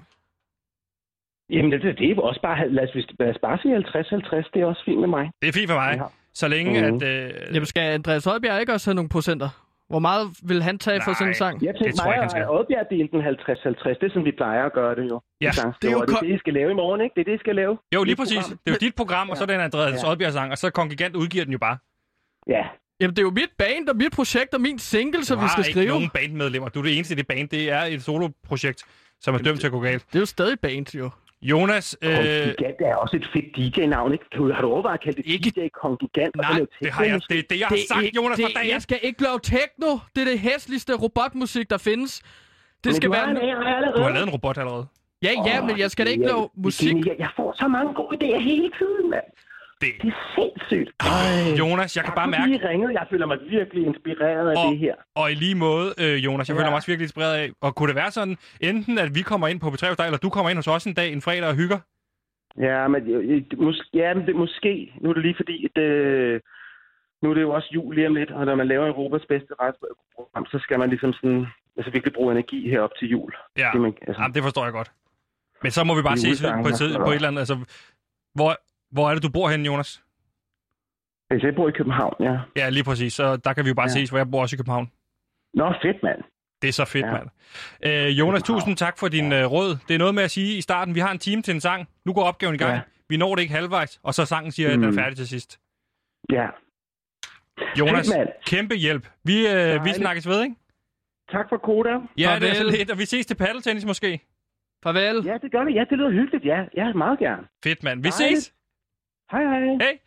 Jamen, det, det, det er også bare... Lad os, lad os bare sige 50, 50. Det er også fint med mig. Det er fint for mig. Ja. Så længe Mhm. at... Øh, Jamen, skal Andreas Højbjerg ikke også have nogle procenter? Hvor meget vil han tage for Nej. sådan en sang? Jeg tænkte tror jeg mig, ikke, han skal. at Oddbjerg delte den 50-50. Det er sådan, vi plejer at gøre det jo. Ja, I sangskriver. det er jo det, kon- det, I skal lave i morgen, ikke? Det er det, I skal lave. jo, lige Dit præcis. program. Det er jo dit program, og så er den Andreas Ja. Oddbjerg-sang, og så Kongigant udgiver den jo bare. Ja. Jamen, det er jo mit band og mit projekt og min single, Du som vi har skal ikke skrive. nogen bandmedlemmer. Du er det eneste i det band. Det er et soloprojekt, som er dømt til at gå galt. Det er jo stadig band, jo. Jonas, øh, Kong Gigant er også et fedt DJ-navn, ikke? Kan du- Har du overvejet at kalde det Ikke- DJ Kong Gigant? og så Nej, lave det har jeg, teknomusik? det, er det jeg har Det er sagt, ikke- Jonas, det, for dagen. Jeg skal ikke lave techno. Det er det hæsligste robotmusik, der findes. Det Men skal du være... har en AI allerede. Du har lavet en robot allerede. Ja, ja, Åh, men jeg skal da ikke det er- lave det er musik. genialt. Jeg får så mange gode idéer hele tiden, mand. Det. Det er sindssygt. Ej. Jonas, jeg kan bare du mærke, lige ringede. Jeg føler mig virkelig inspireret af Og- det her. og i lige måde, øh, Jonas, jeg føler Ja. mig også virkelig inspireret af, og kunne det være sådan, enten at vi kommer ind på P3 hos dig, eller du kommer ind hos os en dag, en fredag og hygger? Ja, men, øh, øh, mås- ja, men det, måske. Nu er det lige fordi, at øh, nu er det jo også jul lige om lidt, og når man laver Europas bedste rejseprogram, så skal man ligesom sådan, altså virkelig bruge energi herop til jul. Ja, Det, man, altså, Jamen, det forstår jeg godt. Men så må vi bare Det er ses på et, tid, udgangen, på et eller andet, altså, hvor, hvor er det, du bor henne, Jonas? altså, jeg bor i København, ja. Ja, lige præcis, så der kan vi jo bare ja. Ja. ses, hvor jeg bor også i København. Nå, fedt, mand. Det er så fedt, ja. Ja. mand. Øh, Jonas, København. tusind tak for din øh, råd. Det er noget med at sige i starten, vi har en time til en sang. Nu går opgaven i gang. Ja. Ja. Vi når det ikke halvvejs, og så sangen siger, at den Mm. er færdig til sidst. Ja. Jonas, Fedt, mand. kæmpe hjælp. Vi, øh, vi Dejligt. snakkes ved, ikke? Tak for koda. Ja, Farvel. det er så lidt. Og vi ses til paddeltennis måske. Farvel. Ja, det gør vi. Ja, det lyder hyggeligt. Ja, ja meget gerne. Fedt, mand. Vi Dejligt. ses. Hej, hej. Hej.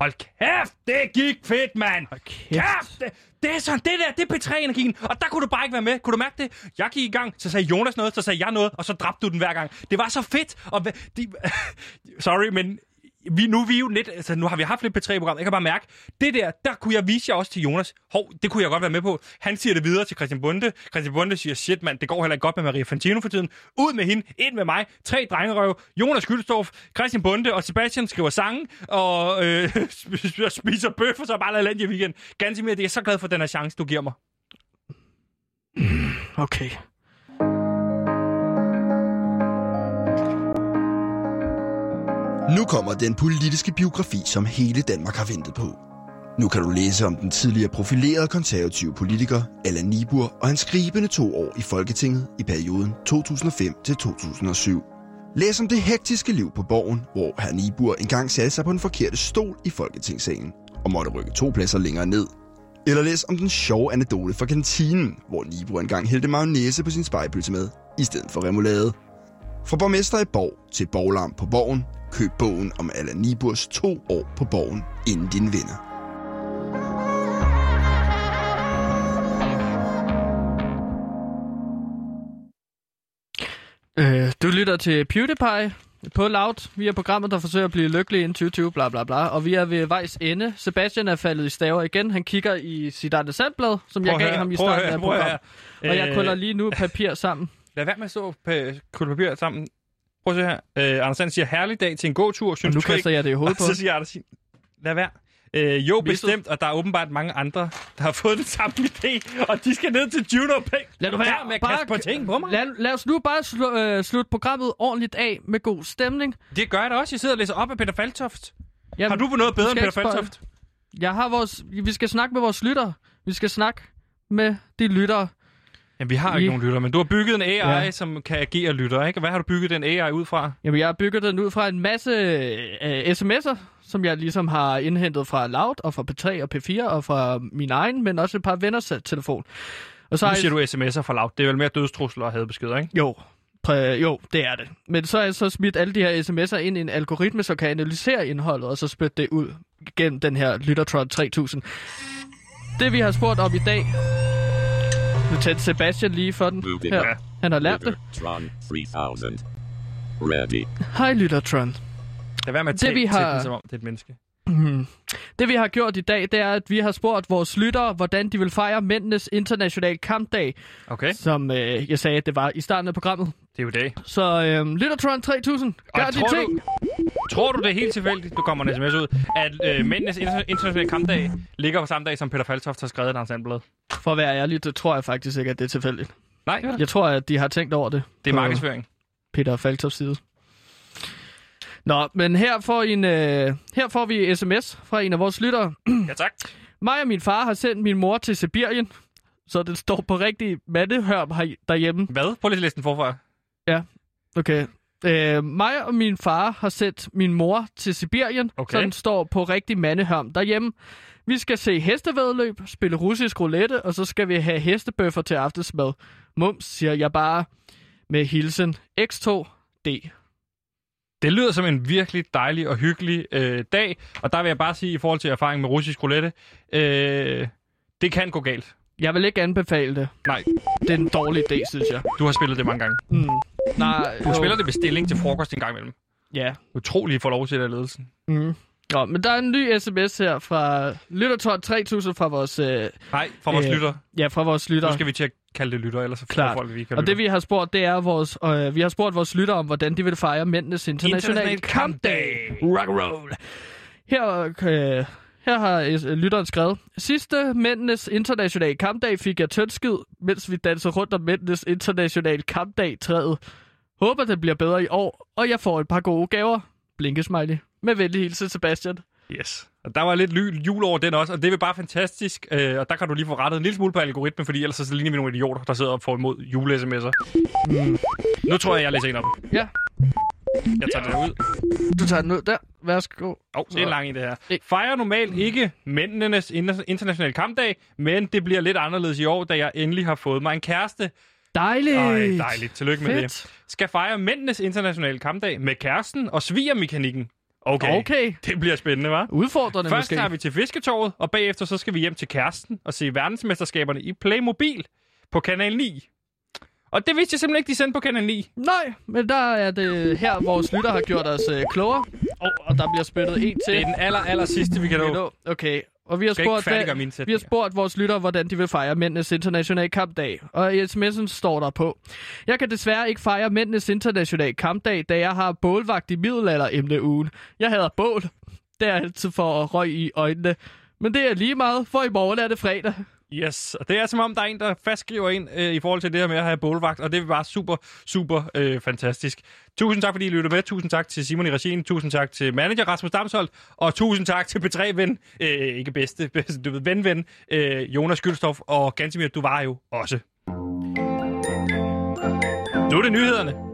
Hold kæft, det gik fedt, mand. Hold kæft. det, det er sådan, det der, det er P3-energien. Og der kunne du bare ikke være med. Kunne du mærke det? Jeg gik i gang, så sagde Jonas noget, så sagde jeg noget, og så dræbte du den hver gang. Det var så fedt. Og hvad- de, sorry, men vi, nu, er vi jo lidt, altså, nu har vi haft lidt P3-program. Jeg kan bare mærke, det der, der kunne jeg vise jer også til Jonas. Hov, det kunne jeg godt være med på. Han siger det videre til Christian Bunde. Christian Bunde siger, shit mand, det går heller ikke godt med Maria Fantino for tiden. Ud med hende, ind med mig. Tre drengerøv. Jonas Gyldstorff, Christian Bunde og Sebastian skriver sange og øh, spiser bøffer, så bare lader i weekend. Ganske mere, det er jeg så glad for den her chance, du giver mig. Okay. Nu kommer den politiske biografi, som hele Danmark har ventet på. Nu kan du læse om den tidligere profilerede konservative politiker Allan Nibur og hans skribende to år i Folketinget i perioden 2005-2007. Læs om det hektiske liv på borgen, hvor herr Nibur engang satte sig på den forkerte stol i Folketingssalen og måtte rykke to pladser længere ned. Eller læs om den sjove anekdote fra kantinen, hvor Nibur engang hældte mayonnaise på sin spejpølse med, i stedet for remoulade. Fra borgmester i Borg til borglarm på Borgen, køb bogen om Allan Niburs to år på borgen inden dine venner. Øh, du lytter til PewDiePie på Loud. Vi er programmet, der forsøger at blive lykkelig inden 2020, bla bla bla. Og vi er ved vejs ende. Sebastian er faldet i staver igen. Han kigger i sit andet sandblad, som jeg Prøv at gav høre, ham i prøv at starten høre, af prøv at programmet. Og høre. jeg Øh, kuller lige nu papir sammen. Lad være med at stå på kulpapir sammen. Prøv at se her. Øh, Anders Sand siger, herlig dag til en god tur. Synes du nu ikke?" kaster jeg det i hovedet Og på Så siger Anders, Sand, lad være. Øh, jo, Misset. bestemt, og der er åbenbart mange andre, der har fået den samme idé, og de skal ned til Juno Pink. Lad du være. med at kaste på ting på mig. Lad, lad os nu bare slu, øh, slutte programmet ordentligt af med god stemning. Det gør jeg da også. Jeg sidder og læser op af Peter Faltoft. Jamen, har du på noget bedre du end skal Peter ikke spoil. Faltoft? Jeg har vores, vi skal snakke med vores lytter. Vi skal snakke med de lyttere. Jamen, vi har ikke I- nogen lytter, men du har bygget en AI, Ja. ja. som kan agere lytter, ikke? Hvad har du bygget den AI ud fra? Jamen, jeg har bygget den ud fra en masse øh, sms'er, som jeg ligesom har indhentet fra Loud og fra P3 og P4 og fra min egen, men også et par venners øh, telefon. Og Så nu har jeg- siger du sms'er for lavt. Det er vel mere dødstrusler og hadbeskeder, ikke? Jo. Præ- jo, det er det. Men så har jeg så smidt alle de her sms'er ind i en algoritme, som kan analysere indholdet, og så spytte det ud gennem den her Lyttertron 3000. Det vi har spurgt om i dag... Nu tændte Sebastian lige for den. Moving Her. up. Han har lært det. Tron 3000. Ready. Hej Lyttertron. Lad være med at Det, tale vi til har- den, som om det er et menneske. Mhm. Det vi har gjort i dag, det er, at vi har spurgt vores lyttere, hvordan de vil fejre mændenes internationale kampdag, Okay, som øh, jeg sagde, det var i starten af programmet. det er jo det. Så øh, Lyttertron 3000, gør Og de tror ting! Tror du, det er helt tilfældigt, du kommer en sms ud, at øh, mændenes inter- internationale kampdag ligger på samme dag, som Peter Faltoft har skrevet Anders Sandblad? For at være ærlig, det tror jeg faktisk ikke, at det er tilfældigt. Nej, Jeg tror, at de har tænkt over det. det er på markedsføring. Peter Faltops side. Nå, men her får, I en, øh, her får vi sms fra en af vores lyttere. Ja, tak. Mig og min far har sendt min mor til Sibirien, så den står på rigtig mandehørm her, derhjemme. Hvad? Prøv lige at læse den forfra. Okay. Øh, mig og min far har sendt min mor til Sibirien, Okay. så den står på rigtig mandehørm derhjemme. Vi skal se hestevedløb, spille russisk roulette, og så skal vi have hestebøffer til aftensmad. Mums, siger jeg bare med hilsen X2D. Det lyder som en virkelig dejlig og hyggelig øh, dag, og der vil jeg bare sige i forhold til erfaring med russisk roulette, øh, det kan gå galt. Jeg vil ikke anbefale det. Nej, Det er en dårlig idé, synes jeg. du har spillet det mange gange. Mm. Nej, Du spiller det ved stilling til frokost en gang imellem. Ja. Utrolig for lov til det af ledelsen. Mm. Nå, men der er en ny sms her fra Lyttertort 3000 fra vores, øh, Nej, fra vores Øh, øh, lytter. ja, fra vores Nu lytter. skal vi til at kalde det lytter, ellers så Klart. får folk, vi ikke Og det vi har spurgt, det er vores, øh, vi har spurgt vores lytter om, hvordan de vil fejre mændenes internationale International kampdag. kampdag. Rock and roll. Her, øh, her har øh, lytteren skrevet, sidste mændenes internationale kampdag fik jeg tønskid, mens vi dansede rundt om mændenes internationale kampdag træet. Håber, det bliver bedre i år, og jeg får et par gode gaver. Blinkesmiley. Med venlig hilsen, Sebastian. Yes. Og der var lidt ly- jul over den også, og det er bare fantastisk. Øh, og der kan du lige få rettet en lille smule på algoritmen, fordi ellers så ligner vi nogle idioter, der sidder og får imod jule-sms'er. Hmm. Nu tror jeg, jeg læser en op. Ja. Jeg tager det ud. Du tager den ud der. Værsgo. Åh, oh, det er en lang en, det her. Det- Fejrer normalt ikke mændenes inter- internationale kampdag, men det bliver lidt anderledes i år, da jeg endelig har fået mig en kæreste. Dejligt. Ej, dejligt. Tillykke med det. Fedt. Skal fejre mændenes internationale kampdag med kæresten og svigermekanikken. Okay. Okay. okay. Det bliver spændende, hva'? Udfordrende Først måske. tager vi til Fisketorvet, og bagefter så skal vi hjem til kæresten og se verdensmesterskaberne i Playmobil på Kanal 9. Og det vidste jeg simpelthen ikke, de sendte på Kanal 9. Nej, men der er det her, vores lytter har gjort os øh, klogere. Og, og der bliver spyttet en til. Det er den aller, aller sidste, vi kan nå. Okay, og vi har, Skal ikke spurgt, færdiggøre mine vi har sætninger. spurgt vores lyttere, hvordan de vil fejre mændenes internationale kampdag. Og i sms'en står der på. Jeg kan desværre ikke fejre mændenes internationale kampdag, da jeg har bålvagt i middelalderemneugen. Jeg hader bål. Det er altid for at røg i øjnene. Men det er lige meget, for i morgen er det fredag. Yes, og det er som om, der er en, der fastskriver ind øh, i forhold til det her med at have bålvagt, og det er bare super, super øh, fantastisk. Tusind tak, fordi I lyttede med. Tusind tak til Simon i regien. Tusind tak til manager Rasmus Damsholdt. Og tusind tak til P3-ven, øh, ikke bedste, bedste, du ved, ven-ven, øh, Jonas Gyldstorff og Gansimir, du var jo også. Nu er det nyhederne.